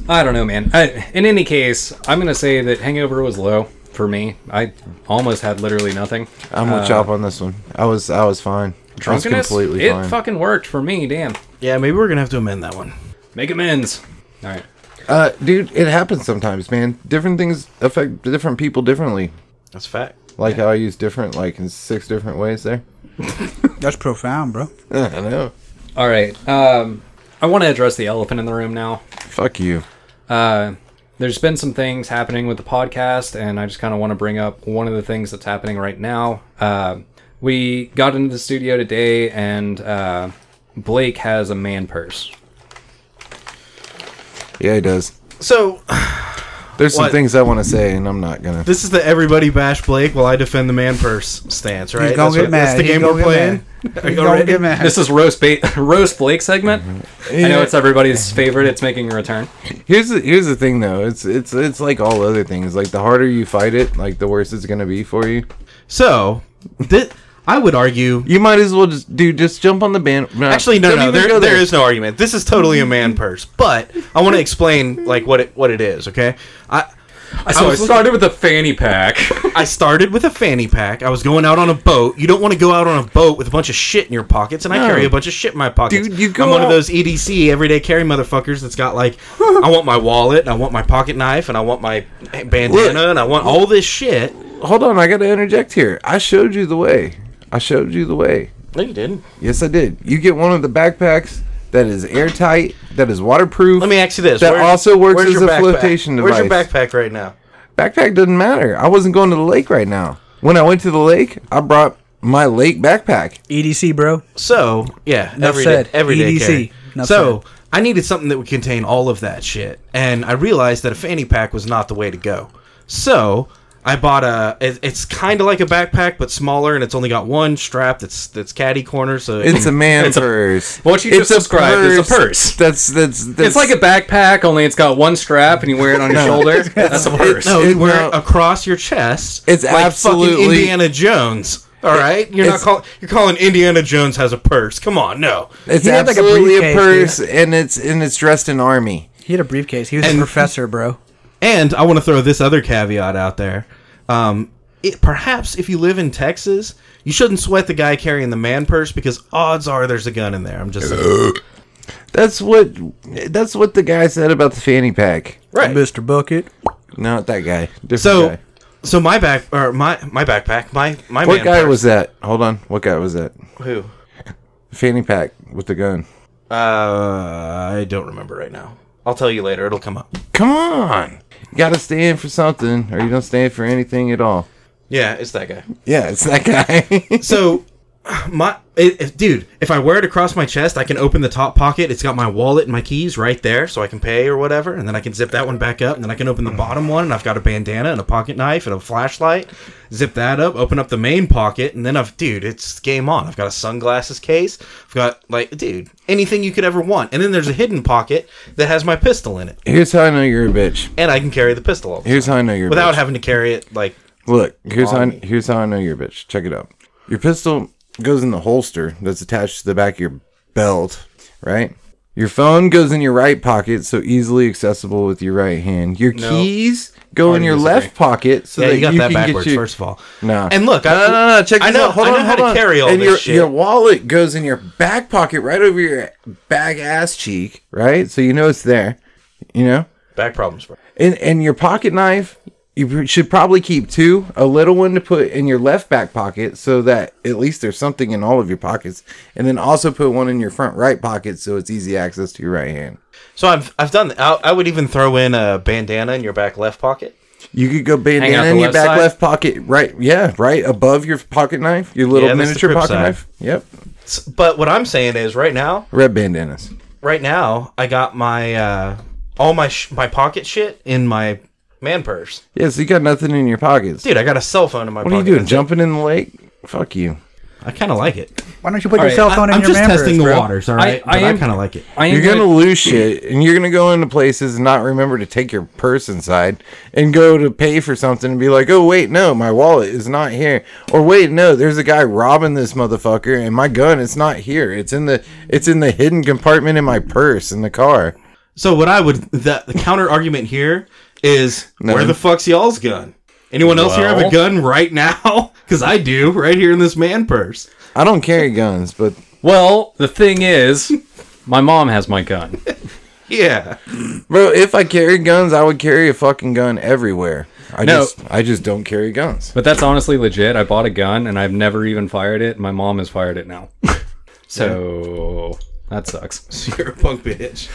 [SPEAKER 1] I don't know, man. I, in any case, I'm going to say that hangover was low for me. I almost had literally nothing.
[SPEAKER 2] I'm
[SPEAKER 1] Uh,
[SPEAKER 2] with Chop on this one. I was. I was fine. I was
[SPEAKER 1] Drunkenness?
[SPEAKER 2] completely
[SPEAKER 1] it
[SPEAKER 2] fine.
[SPEAKER 1] fucking worked for me, damn.
[SPEAKER 4] Yeah, maybe we're gonna have to amend that one.
[SPEAKER 1] Make amends. All right.
[SPEAKER 2] uh, dude, it happens sometimes, man. Different things affect different people differently.
[SPEAKER 4] That's a fact.
[SPEAKER 2] Like how I use different, like in six different ways. There.
[SPEAKER 5] That's profound, bro.
[SPEAKER 2] I know.
[SPEAKER 1] All right. Um, I want to address the elephant in the room now.
[SPEAKER 2] Fuck you.
[SPEAKER 1] Uh, there's been some things happening with the podcast, and I just kind of want to bring up one of the things that's happening right now. Uh, we got into the studio today, and uh, Blake has a man purse.
[SPEAKER 2] Yeah, he does.
[SPEAKER 4] So
[SPEAKER 2] There's some
[SPEAKER 4] What?
[SPEAKER 2] things I want to say, and I'm not gonna.
[SPEAKER 4] this is the everybody bash Blake while I defend the man purse stance, right?
[SPEAKER 5] He's gonna
[SPEAKER 4] that's,
[SPEAKER 5] get
[SPEAKER 4] what-
[SPEAKER 5] mad.
[SPEAKER 4] that's the
[SPEAKER 5] He's
[SPEAKER 4] game
[SPEAKER 5] gonna
[SPEAKER 4] we're
[SPEAKER 5] get
[SPEAKER 4] playing.
[SPEAKER 5] mad.
[SPEAKER 4] Are
[SPEAKER 5] He's
[SPEAKER 4] you
[SPEAKER 5] gonna
[SPEAKER 4] ready?
[SPEAKER 5] get mad.
[SPEAKER 1] This is roast bait, roast Blake segment. I know it's everybody's favorite. It's making a return.
[SPEAKER 2] Here's the here's the thing though. It's it's it's like all other things. Like the harder you fight it, like the worse it's gonna be for you.
[SPEAKER 4] So, thi- I would argue.
[SPEAKER 2] You might as well just dude just jump on the band. nah,
[SPEAKER 4] Actually, no,
[SPEAKER 2] don't
[SPEAKER 4] no,
[SPEAKER 2] even
[SPEAKER 4] there,
[SPEAKER 2] go
[SPEAKER 4] there is no argument. This is totally a man purse, but I want to explain like what it what it is. Okay, I
[SPEAKER 1] So I
[SPEAKER 4] was
[SPEAKER 1] started with a fanny pack.
[SPEAKER 4] I started with a fanny pack. I was going out on a boat. You don't want to go out on a boat with a bunch of shit in your pockets, and I
[SPEAKER 2] No.
[SPEAKER 4] carry a bunch of shit in my pockets.
[SPEAKER 2] Dude, you go
[SPEAKER 4] I'm one of
[SPEAKER 2] out-
[SPEAKER 4] those EDC everyday carry motherfuckers that's got like, I want my wallet, and I want my pocket knife, and I want my bandana,
[SPEAKER 2] Look.
[SPEAKER 4] and I want all this shit.
[SPEAKER 2] Hold on, I gotta interject here. I showed you the way. I showed you the way.
[SPEAKER 4] No, you didn't.
[SPEAKER 2] Yes, I did. You get one of the backpacks that is airtight, that is waterproof.
[SPEAKER 4] Let me ask you this:
[SPEAKER 2] That also works as
[SPEAKER 4] where's your
[SPEAKER 2] a
[SPEAKER 4] backpack?
[SPEAKER 2] flotation
[SPEAKER 4] Where's your
[SPEAKER 2] device.
[SPEAKER 4] backpack right now?
[SPEAKER 2] backpack doesn't matter. I wasn't going to the lake right now. When I went to the lake, I brought my lake backpack.
[SPEAKER 5] EDC, E bro.
[SPEAKER 4] So yeah,
[SPEAKER 5] Enough
[SPEAKER 4] every
[SPEAKER 5] said.
[SPEAKER 4] day- everyday
[SPEAKER 2] E
[SPEAKER 5] EDC.
[SPEAKER 4] carry.
[SPEAKER 5] Enough
[SPEAKER 4] so I needed something that would contain all of that shit, and I realized that a fanny pack was not the way to go. So I bought a. it- it's kind of like a backpack, but smaller, and it's only got one strap that's that's caddy corner. So it
[SPEAKER 2] It's
[SPEAKER 4] can-
[SPEAKER 2] a man purse.
[SPEAKER 1] what you
[SPEAKER 2] It's
[SPEAKER 1] just described is a purse.
[SPEAKER 2] That's that's,
[SPEAKER 1] It's
[SPEAKER 2] that's
[SPEAKER 1] like a backpack, only it's got one strap, and you wear it on your shoulder. That's a purse.
[SPEAKER 4] no,
[SPEAKER 2] it-
[SPEAKER 4] you wear
[SPEAKER 2] no.
[SPEAKER 4] it across your chest.
[SPEAKER 2] It's
[SPEAKER 4] fucking
[SPEAKER 2] absolutely-
[SPEAKER 4] Indiana Jones. All right, you're not
[SPEAKER 2] it's-
[SPEAKER 4] calling. You're calling Indiana Jones has a purse. Come on, no.
[SPEAKER 2] it's
[SPEAKER 5] He had, like, a
[SPEAKER 2] absolutely a,
[SPEAKER 5] briefcase,
[SPEAKER 2] purse, and it's and it's dressed in army.
[SPEAKER 5] He had a briefcase. He was
[SPEAKER 4] And-
[SPEAKER 5] a professor, bro.
[SPEAKER 4] And I want to throw this other caveat out there. Um, it, perhaps if you live in Texas, you shouldn't sweat the guy carrying the man purse because odds are there's a gun in there. I'm just saying.
[SPEAKER 2] That's what that's what the guy said about the fanny pack.
[SPEAKER 4] right.
[SPEAKER 5] Mr. Bucket.
[SPEAKER 2] Not that guy. Different
[SPEAKER 4] So,
[SPEAKER 2] guy.
[SPEAKER 4] so my back or my my backpack, my my
[SPEAKER 2] what
[SPEAKER 4] man
[SPEAKER 2] guy
[SPEAKER 4] purse-
[SPEAKER 2] was that? Hold on. What guy was that?
[SPEAKER 4] who?
[SPEAKER 2] Fanny pack with the gun.
[SPEAKER 4] Uh, I don't remember right now. I'll tell you later. It'll come up.
[SPEAKER 2] Come on. You gotta stand for something, or you don't stand for anything at all.
[SPEAKER 4] Yeah, it's that guy.
[SPEAKER 2] Yeah, it's that guy.
[SPEAKER 4] So, my it, if, dude, if I wear it across my chest, I can open the top pocket. It's got my wallet and my keys right there, so I can pay or whatever, and then I can zip that one back up, and then I can open the bottom one, and I've got a bandana and a pocket knife and a flashlight. Zip that up, open up the main pocket, and then I've dude, it's game on. I've got a sunglasses case. I've got like, dude, anything you could ever want, and then there's a hidden pocket that has my pistol in it,
[SPEAKER 2] Here's how I know you're a bitch.
[SPEAKER 4] and I can carry the pistol all the
[SPEAKER 2] Here's
[SPEAKER 4] time
[SPEAKER 2] how I know you're a
[SPEAKER 4] without
[SPEAKER 2] bitch.
[SPEAKER 4] having to carry it like.
[SPEAKER 2] Look, here's how I,
[SPEAKER 4] Army.
[SPEAKER 2] here's how I know you're a bitch. Check it out. Your pistol goes in the holster that's attached to the back of your belt, right? Your phone goes in your right pocket, so easily accessible with your right hand. Your keys go in your left pocket, so
[SPEAKER 4] Oh, Yeah,
[SPEAKER 2] that
[SPEAKER 4] you got that
[SPEAKER 2] can
[SPEAKER 4] backwards,
[SPEAKER 2] get your
[SPEAKER 4] first of all.
[SPEAKER 2] No.
[SPEAKER 4] And look, I,
[SPEAKER 2] no, no, no. Check this
[SPEAKER 4] I know,
[SPEAKER 2] out. Hold
[SPEAKER 4] I know
[SPEAKER 2] on,
[SPEAKER 4] how
[SPEAKER 2] hold
[SPEAKER 4] to
[SPEAKER 2] on.
[SPEAKER 4] carry all
[SPEAKER 2] and
[SPEAKER 4] this
[SPEAKER 2] your,
[SPEAKER 4] shit.
[SPEAKER 2] Your wallet goes in your back pocket, right over your back ass cheek, right? So you know it's there. You know,
[SPEAKER 4] Back problems, bro.
[SPEAKER 2] and and your pocket knife, you pr- should probably keep two, a little one to put in your left back pocket, so that at least there's something in all of your pockets, and then also put one in your front right pocket, so it's easy access to your right hand.
[SPEAKER 4] So I've I've done. I, I would even throw in a bandana in your back left pocket.
[SPEAKER 2] You could go
[SPEAKER 1] out
[SPEAKER 2] bandana
[SPEAKER 1] the
[SPEAKER 2] in your
[SPEAKER 1] left
[SPEAKER 2] back
[SPEAKER 1] side?
[SPEAKER 2] left pocket, right? Yeah, right above your pocket knife, your little
[SPEAKER 4] Yeah, that's the
[SPEAKER 2] miniature
[SPEAKER 4] crib
[SPEAKER 2] pocket
[SPEAKER 4] side.
[SPEAKER 2] knife. Yep,
[SPEAKER 4] S- But what I'm saying is, right now,
[SPEAKER 2] red bandanas.
[SPEAKER 4] right now, I got my uh, all my sh- my pocket shit in my man purse,
[SPEAKER 2] Yeah, so you got nothing in your pockets.
[SPEAKER 4] dude. I got a cell phone in my.
[SPEAKER 2] what are
[SPEAKER 4] pocket.
[SPEAKER 2] you doing? Jumping in the lake? Fuck you.
[SPEAKER 4] I kind of like it.
[SPEAKER 5] Why don't you put your
[SPEAKER 1] right,
[SPEAKER 5] cell phone in
[SPEAKER 4] I'm
[SPEAKER 5] your
[SPEAKER 4] just
[SPEAKER 5] man purse,
[SPEAKER 4] testing the
[SPEAKER 5] bro?
[SPEAKER 4] waters, all
[SPEAKER 1] I-
[SPEAKER 4] right?
[SPEAKER 1] I
[SPEAKER 4] but I
[SPEAKER 1] am-
[SPEAKER 4] kind of like it.
[SPEAKER 1] I am
[SPEAKER 2] You're gonna
[SPEAKER 1] gonna-
[SPEAKER 2] lose shit, and you're gonna go into places and not remember to take your purse inside, and go to pay for something and be like, "Oh wait, no, my wallet is not here," or "Wait, no, there's a guy robbing this motherfucker, and my gun, it's not here. It's in the it's in the hidden compartment in my purse in the car."
[SPEAKER 4] So what I would the, the counter argument here is where the fuck's y'all's gun? Anyone else here have a
[SPEAKER 1] Well-
[SPEAKER 4] gun right now? Because I do, right here in this man purse.
[SPEAKER 2] I don't carry guns, but
[SPEAKER 1] Well, the thing is, my mom has my gun.
[SPEAKER 4] Yeah,
[SPEAKER 2] bro, if I carried guns, I would carry a fucking gun everywhere. I
[SPEAKER 1] No.
[SPEAKER 2] just I just don't carry guns.
[SPEAKER 1] But that's honestly legit. I bought a gun and I've never even fired it. My mom has fired it now. so that sucks.
[SPEAKER 4] so you're a punk bitch.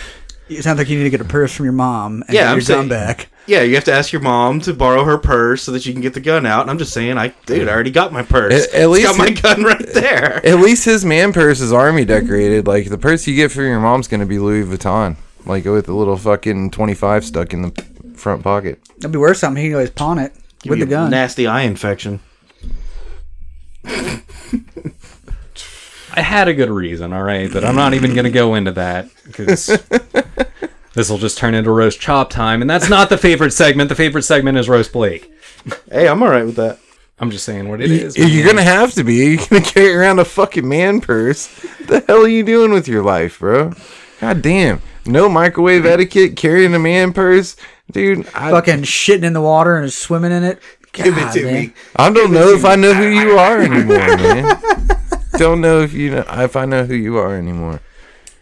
[SPEAKER 5] It sounds like you need to get a purse from your mom and
[SPEAKER 4] Yeah,
[SPEAKER 5] get
[SPEAKER 4] I'm
[SPEAKER 5] your
[SPEAKER 4] saying-
[SPEAKER 5] gun back.
[SPEAKER 4] Yeah, you have to ask your mom to borrow her purse so that you can get the gun out. And I'm just saying, I dude, I already got my purse.
[SPEAKER 2] At- at
[SPEAKER 4] It's
[SPEAKER 2] least
[SPEAKER 4] got my
[SPEAKER 2] it-
[SPEAKER 4] gun right there.
[SPEAKER 2] At least his man purse is army decorated. Like the purse you get for your mom's gonna be Louis Vuitton, like with a little fucking twenty five stuck in the front pocket.
[SPEAKER 5] It'd be worth something. He can always pawn it with
[SPEAKER 4] You
[SPEAKER 5] the gun.
[SPEAKER 4] nasty eye infection.
[SPEAKER 1] I had a good reason, all right, but I'm not even going to go into that because this will just turn into roast chop time. And that's not the favorite segment. The favorite segment is roast Blake.
[SPEAKER 4] Hey, I'm all right with that.
[SPEAKER 1] I'm just saying what it
[SPEAKER 2] You,
[SPEAKER 1] is.
[SPEAKER 2] are gonna have to be. You're gonna carry around a fucking man purse. the hell are you doing with your life, bro? God damn. No microwave etiquette. Carrying a man purse, dude. I,
[SPEAKER 5] Fucking shitting in the water and swimming in it.
[SPEAKER 4] Give it
[SPEAKER 5] God,
[SPEAKER 4] to
[SPEAKER 5] man.
[SPEAKER 4] me.
[SPEAKER 2] I don't know if I know who you are anymore, man. Don't know if you know if I know who you are anymore.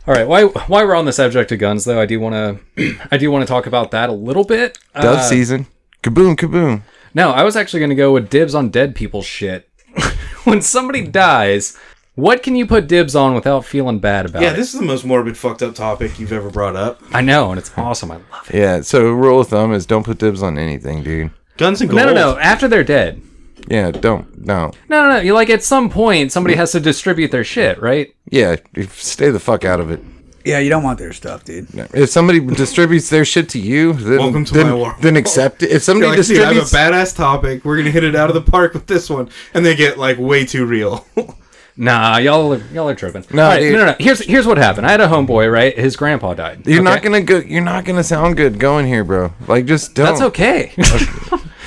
[SPEAKER 1] All right, why why we're on the subject of guns though, I do want to I do want to talk about that a little bit.
[SPEAKER 2] Dove
[SPEAKER 1] Uh,
[SPEAKER 2] season. Kaboom, kaboom.
[SPEAKER 1] No, I was actually going to go with dibs on dead people shit. when somebody dies, what can you put dibs on without feeling bad about
[SPEAKER 4] Yeah,
[SPEAKER 1] it?
[SPEAKER 4] this is the most morbid, fucked up topic you've ever brought up.
[SPEAKER 1] I know, and it's awesome. I love it.
[SPEAKER 2] Yeah. So rule of thumb is don't put dibs on anything, dude.
[SPEAKER 4] Guns and gold.
[SPEAKER 1] No, no, no. After they're dead.
[SPEAKER 2] Yeah, don't no.
[SPEAKER 1] No, no, no. You like at some point somebody has to distribute their shit, right?
[SPEAKER 2] Yeah, stay the fuck out of it.
[SPEAKER 5] Yeah, you don't want their stuff, dude.
[SPEAKER 2] If somebody distributes their shit to you, then
[SPEAKER 4] Welcome to
[SPEAKER 2] then,
[SPEAKER 4] my world.
[SPEAKER 2] then accept it. If somebody
[SPEAKER 4] You're like, dude, I have a
[SPEAKER 2] distributes,
[SPEAKER 4] badass topic. We're gonna hit it out of the park with this one, and they get like way too real.
[SPEAKER 1] Nah, y'all are, y'all are tripping.
[SPEAKER 2] No,
[SPEAKER 1] All right,
[SPEAKER 2] dude.
[SPEAKER 1] no, no, no. Here's here's what happened. I had a homeboy, right? His grandpa died.
[SPEAKER 2] you're
[SPEAKER 1] okay?
[SPEAKER 2] not gonna go. You're not gonna sound good going here, bro. Like just don't.
[SPEAKER 1] That's okay.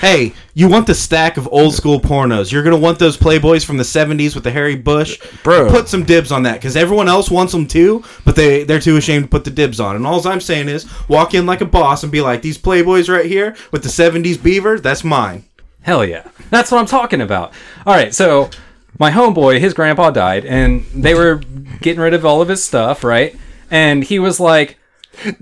[SPEAKER 4] hey, you want the stack of old school pornos? You're gonna want those Playboys from the '70s with the hairy bush,
[SPEAKER 2] Bro.
[SPEAKER 4] Put some dibs on that because everyone else wants them too, but they they're too ashamed to put the dibs on. And all I'm saying is, walk in like a boss and be like, "These Playboys right here with the '70s beaver, that's mine."
[SPEAKER 1] Hell yeah. That's what I'm talking about. All right, so my homeboy, his grandpa died, and they were getting rid of all of his stuff, right? And he was like,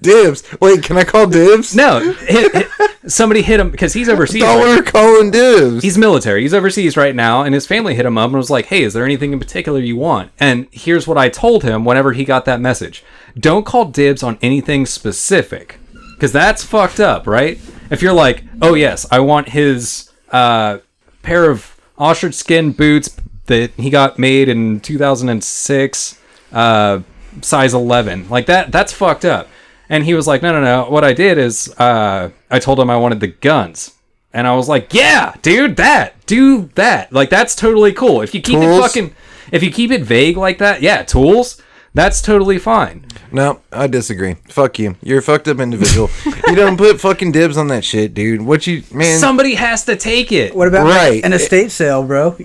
[SPEAKER 2] Dibs. Wait, can I call dibs?
[SPEAKER 1] no, hit, hit- somebody hit him because he's overseas. right
[SPEAKER 2] Dollar calling dibs.
[SPEAKER 1] he's military. He's overseas right now, and his family hit him up and was like, "Hey, is there anything in particular you want?" And here's what I told him whenever he got that message: Don't call dibs on anything specific, because that's fucked up, right? If you're like, "Oh yes, I want his uh, pair of ostrich skin boots that he got made in 2006, uh, size 11," like that, that's fucked up. And he was like, "No, no, no. What I did is, uh, I told him I wanted the guns." And I was like, "Yeah, dude, that, do that. Like, that's totally cool. If you keep
[SPEAKER 2] Tools?
[SPEAKER 1] it fucking, if you keep it vague like that, yeah, tools. That's totally fine.
[SPEAKER 2] No, I disagree. Fuck you. You're a fucked up individual. you don't put fucking dibs on that shit, dude. What you man?
[SPEAKER 1] Somebody has to take it.
[SPEAKER 5] What about like,
[SPEAKER 2] Right.
[SPEAKER 5] an estate sale, bro?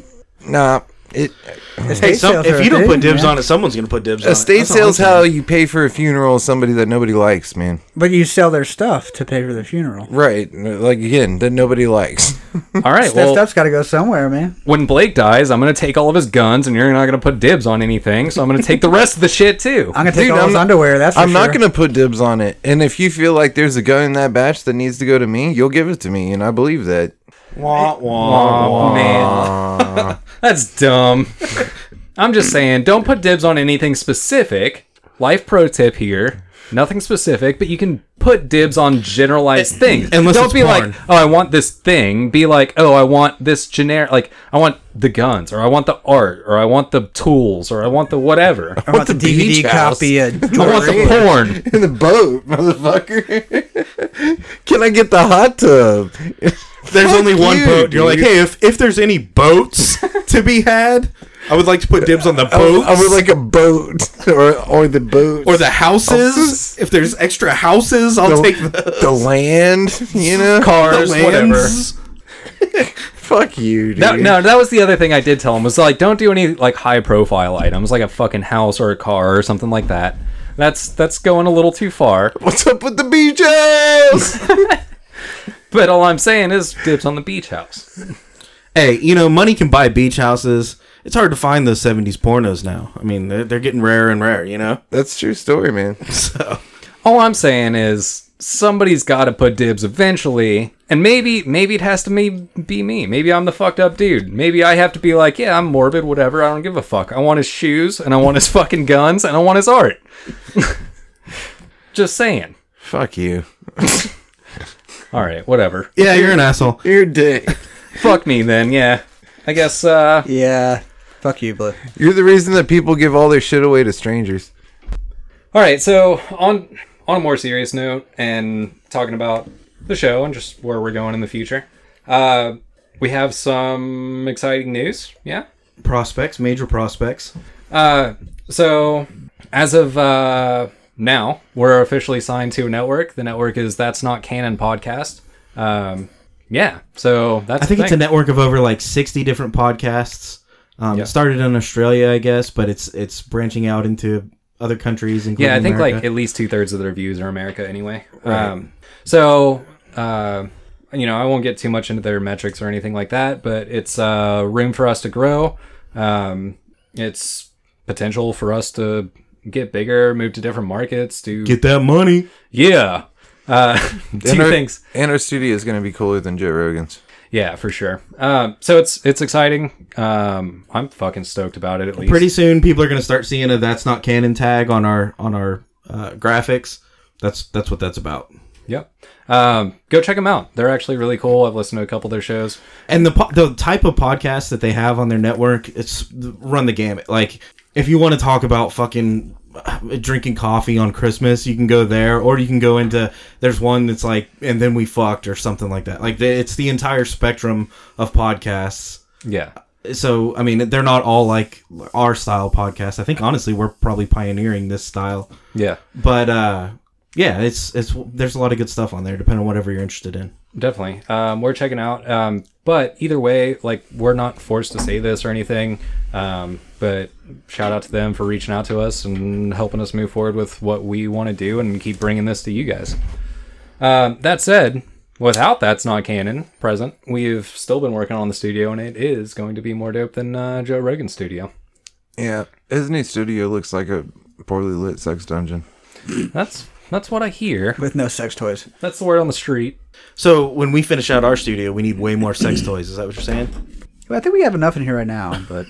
[SPEAKER 2] nah. It,
[SPEAKER 5] Estate
[SPEAKER 4] Some,
[SPEAKER 5] sales are
[SPEAKER 4] if
[SPEAKER 5] a
[SPEAKER 4] you don't
[SPEAKER 5] thing,
[SPEAKER 4] put dibs
[SPEAKER 5] man.
[SPEAKER 4] on it, someone's gonna put dibs on it.
[SPEAKER 2] estate
[SPEAKER 4] That's all I'm
[SPEAKER 2] sales
[SPEAKER 4] saying.
[SPEAKER 2] how you pay for a funeral of somebody that nobody likes, man.
[SPEAKER 5] but you sell their stuff to pay for the funeral.
[SPEAKER 2] Right. Like again, that nobody likes.
[SPEAKER 1] All right.
[SPEAKER 5] that
[SPEAKER 1] Well,
[SPEAKER 5] stuff's got to go somewhere, man.
[SPEAKER 1] when Blake dies, I'm gonna take all of his guns, and you're not gonna put dibs on anything. So I'm gonna take the rest of the shit too.
[SPEAKER 5] I'm gonna take
[SPEAKER 2] Dude,
[SPEAKER 5] all
[SPEAKER 2] I'm
[SPEAKER 5] his
[SPEAKER 2] not-
[SPEAKER 5] underwear. That's for
[SPEAKER 2] I'm not
[SPEAKER 5] sure.
[SPEAKER 2] gonna put dibs on it. And if you feel like there's a gun in that batch that needs to go to me, you'll give it to me, and I believe that.
[SPEAKER 4] Wah, wah, wah.
[SPEAKER 1] Oh man, that's dumb. I'm just saying, don't put dibs on anything specific. Life pro tip here: nothing specific, but you can put dibs on generalized things.
[SPEAKER 4] unless
[SPEAKER 1] don't
[SPEAKER 4] it's
[SPEAKER 1] be
[SPEAKER 4] porn.
[SPEAKER 1] like, oh, I want this thing. Be like, oh, I want this generic. Like, I want the guns, or I want the art, or I want the tools, or I want the whatever.
[SPEAKER 5] I want the
[SPEAKER 2] the beach
[SPEAKER 5] DVD
[SPEAKER 2] house.
[SPEAKER 5] copy of
[SPEAKER 1] I want the porn.
[SPEAKER 2] In the boat, motherfucker. Can I get the hot tub?
[SPEAKER 4] There's
[SPEAKER 2] Fuck
[SPEAKER 4] only one
[SPEAKER 2] you,
[SPEAKER 4] boat. You're like,
[SPEAKER 2] dude.
[SPEAKER 4] hey, if if there's any boats to be had, I would like to put dibs on the boats.
[SPEAKER 2] I would like a boat or or the boat
[SPEAKER 4] or the houses. If there's extra houses, I'll
[SPEAKER 2] The-
[SPEAKER 4] take the,
[SPEAKER 2] the land. You know,
[SPEAKER 1] Cars,
[SPEAKER 4] the
[SPEAKER 1] whatever.
[SPEAKER 4] lands.
[SPEAKER 2] Fuck you, dude.
[SPEAKER 1] That, no, that was the other thing I did tell him was like, don't do any like high profile items like a fucking house or a car or something like that. That's that's going a little too far.
[SPEAKER 2] What's up with the beach house?
[SPEAKER 1] But all I'm saying is dibs on the beach house.
[SPEAKER 4] Hey, you know, money can buy beach houses. It's hard to find those '70s pornos now. I mean, they're, they're getting rare and rare. You know.
[SPEAKER 2] That's a true story, man.
[SPEAKER 4] So
[SPEAKER 1] All I'm saying is somebody's got to put dibs eventually, and maybe maybe it has to me be me. Maybe I'm the fucked up dude. Maybe I have to be like, yeah, I'm morbid, whatever. I don't give a fuck. I want his shoes and I want his fucking guns and I want his art. Just saying.
[SPEAKER 2] Fuck you.
[SPEAKER 1] All right, whatever.
[SPEAKER 4] yeah, you're an asshole.
[SPEAKER 2] You're a dick.
[SPEAKER 1] Fuck me then, yeah. I guess uh
[SPEAKER 5] Yeah. Fuck you, Blue.
[SPEAKER 2] You're the reason that people give all their shit away to strangers.
[SPEAKER 1] all right, so on on a more serious note and talking about the show and just where we're going in the future. Uh we have some exciting news. Yeah.
[SPEAKER 4] Prospects, major prospects.
[SPEAKER 1] Uh so as of uh now, we're officially signed to a network. The network is That's Not Canon podcast. Um yeah. So that's
[SPEAKER 4] I think
[SPEAKER 1] the
[SPEAKER 4] it's a
[SPEAKER 1] thing.
[SPEAKER 4] network of over like 60 different podcasts. Um,
[SPEAKER 1] Yeah.
[SPEAKER 4] It started in Australia, I guess, but it's it's branching out into other countries. Including
[SPEAKER 1] Yeah, I think like
[SPEAKER 4] America.
[SPEAKER 1] at least two thirds of their views are America anyway. Um, so, uh, you know, I won't get too much into their metrics or anything like that, but it's uh, room for us to grow. Um, it's potential for us to get bigger, move to different markets, do
[SPEAKER 4] get that money.
[SPEAKER 1] yeah, uh, two
[SPEAKER 2] and our,
[SPEAKER 1] things.
[SPEAKER 2] And our studio is going to be cooler than Joe Rogan's.
[SPEAKER 1] Yeah, for sure. Um, so it's it's exciting. Um, I'm fucking stoked about it. At least
[SPEAKER 4] Pretty soon, people are going to start seeing a "That's Not Canon" tag on our on our uh, graphics. That's that's what that's about.
[SPEAKER 1] Yep. Um, go check them out. They're actually really cool. I've listened to a couple of their shows.
[SPEAKER 4] And the po- the type of podcast that they have on their network, it's run the gamut. Like if you want to talk about fucking uh, drinking coffee on Christmas, you can go there, or you can go into there's one that's like, and then we fucked or something like that. Like the, it's the entire spectrum of podcasts.
[SPEAKER 1] Yeah.
[SPEAKER 4] So I mean, they're not all like our style podcasts. I think honestly, we're probably pioneering this style.
[SPEAKER 1] Yeah.
[SPEAKER 4] But uh, yeah, it's it's there's a lot of good stuff on there, depending on whatever you're interested in.
[SPEAKER 1] definitely um, we're checking out um, but either way like we're not forced to say this or anything um, but shout out to them for reaching out to us and helping us move forward with what we want to do and keep bringing this to you guys um, that said without that's not canon present we've still been working on the studio and it is going to be more dope than uh, joe rogan's studio
[SPEAKER 2] Yeah. His new studio looks like a poorly lit sex dungeon.
[SPEAKER 1] that's that's what i hear
[SPEAKER 5] With no sex toys.
[SPEAKER 1] that's the word on the street
[SPEAKER 4] So when we finish out our studio, we need way more sex toys. Is that what you're saying?
[SPEAKER 5] Well, I think we have enough in here right now, but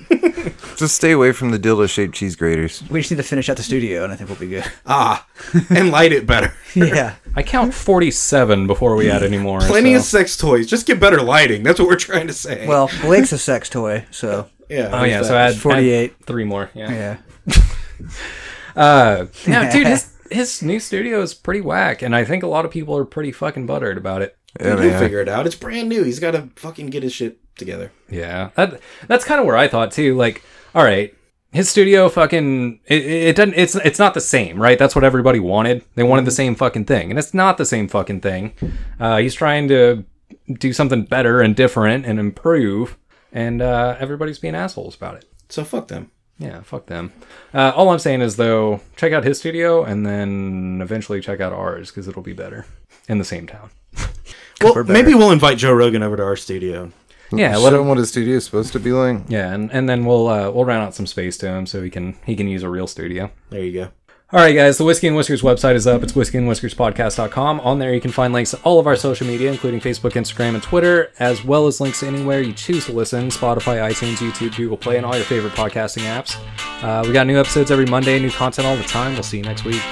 [SPEAKER 2] Just stay away from the dildo shaped cheese graters.
[SPEAKER 5] we just need to finish out the studio, and I think we'll be good.
[SPEAKER 4] Ah, and light it better.
[SPEAKER 5] yeah.
[SPEAKER 1] i count 47 before we add any more
[SPEAKER 4] Plenty
[SPEAKER 1] so-
[SPEAKER 4] of sex toys. Just get better lighting. That's what we're trying to say.
[SPEAKER 5] Well, Blake's a sex toy, so
[SPEAKER 4] yeah.
[SPEAKER 1] Oh yeah, so add add
[SPEAKER 5] 48.
[SPEAKER 1] three more.
[SPEAKER 4] Oh,
[SPEAKER 1] Yeah,
[SPEAKER 5] yeah.
[SPEAKER 1] Uh, no, dude, his his new studio is pretty whack, and I think a lot of people are pretty fucking buttered about it.
[SPEAKER 2] Yeah,
[SPEAKER 4] he'll
[SPEAKER 2] man.
[SPEAKER 4] figure it out. It's brand new. He's got to fucking get his shit together.
[SPEAKER 1] Yeah, that that's kind of where I thought too. Like, all right, his studio fucking it, it it doesn't it's it's not the same, right? That's what everybody wanted. They wanted the same fucking thing, and it's not the same fucking thing. Uh, he's trying to do something better and different and improve, and uh, everybody's being assholes about it.
[SPEAKER 4] So fuck them.
[SPEAKER 1] Yeah, fuck them. Uh, all I'm saying is though, check out his studio and then eventually check out ours because it'll be better in the same town.
[SPEAKER 4] Well, maybe we'll invite Joe Rogan over to our studio.
[SPEAKER 1] Yeah,
[SPEAKER 2] Show
[SPEAKER 1] let him.
[SPEAKER 2] them what a studio is supposed to be like.
[SPEAKER 1] Yeah, and, and then we'll uh, we'll round out some space to him so he can he can use a real studio.
[SPEAKER 4] There you go.
[SPEAKER 1] All right, guys, the Whiskey and Whiskers website is up. It's whiskeyandwhiskerspodcast.com. On there, you can find links to all of our social media, including Facebook, Instagram, and Twitter, as well as links to anywhere you choose to listen Spotify, iTunes, YouTube, Google Play, and all your favorite podcasting apps. Uh, we got new episodes every Monday, new content all the time. We'll see you next week.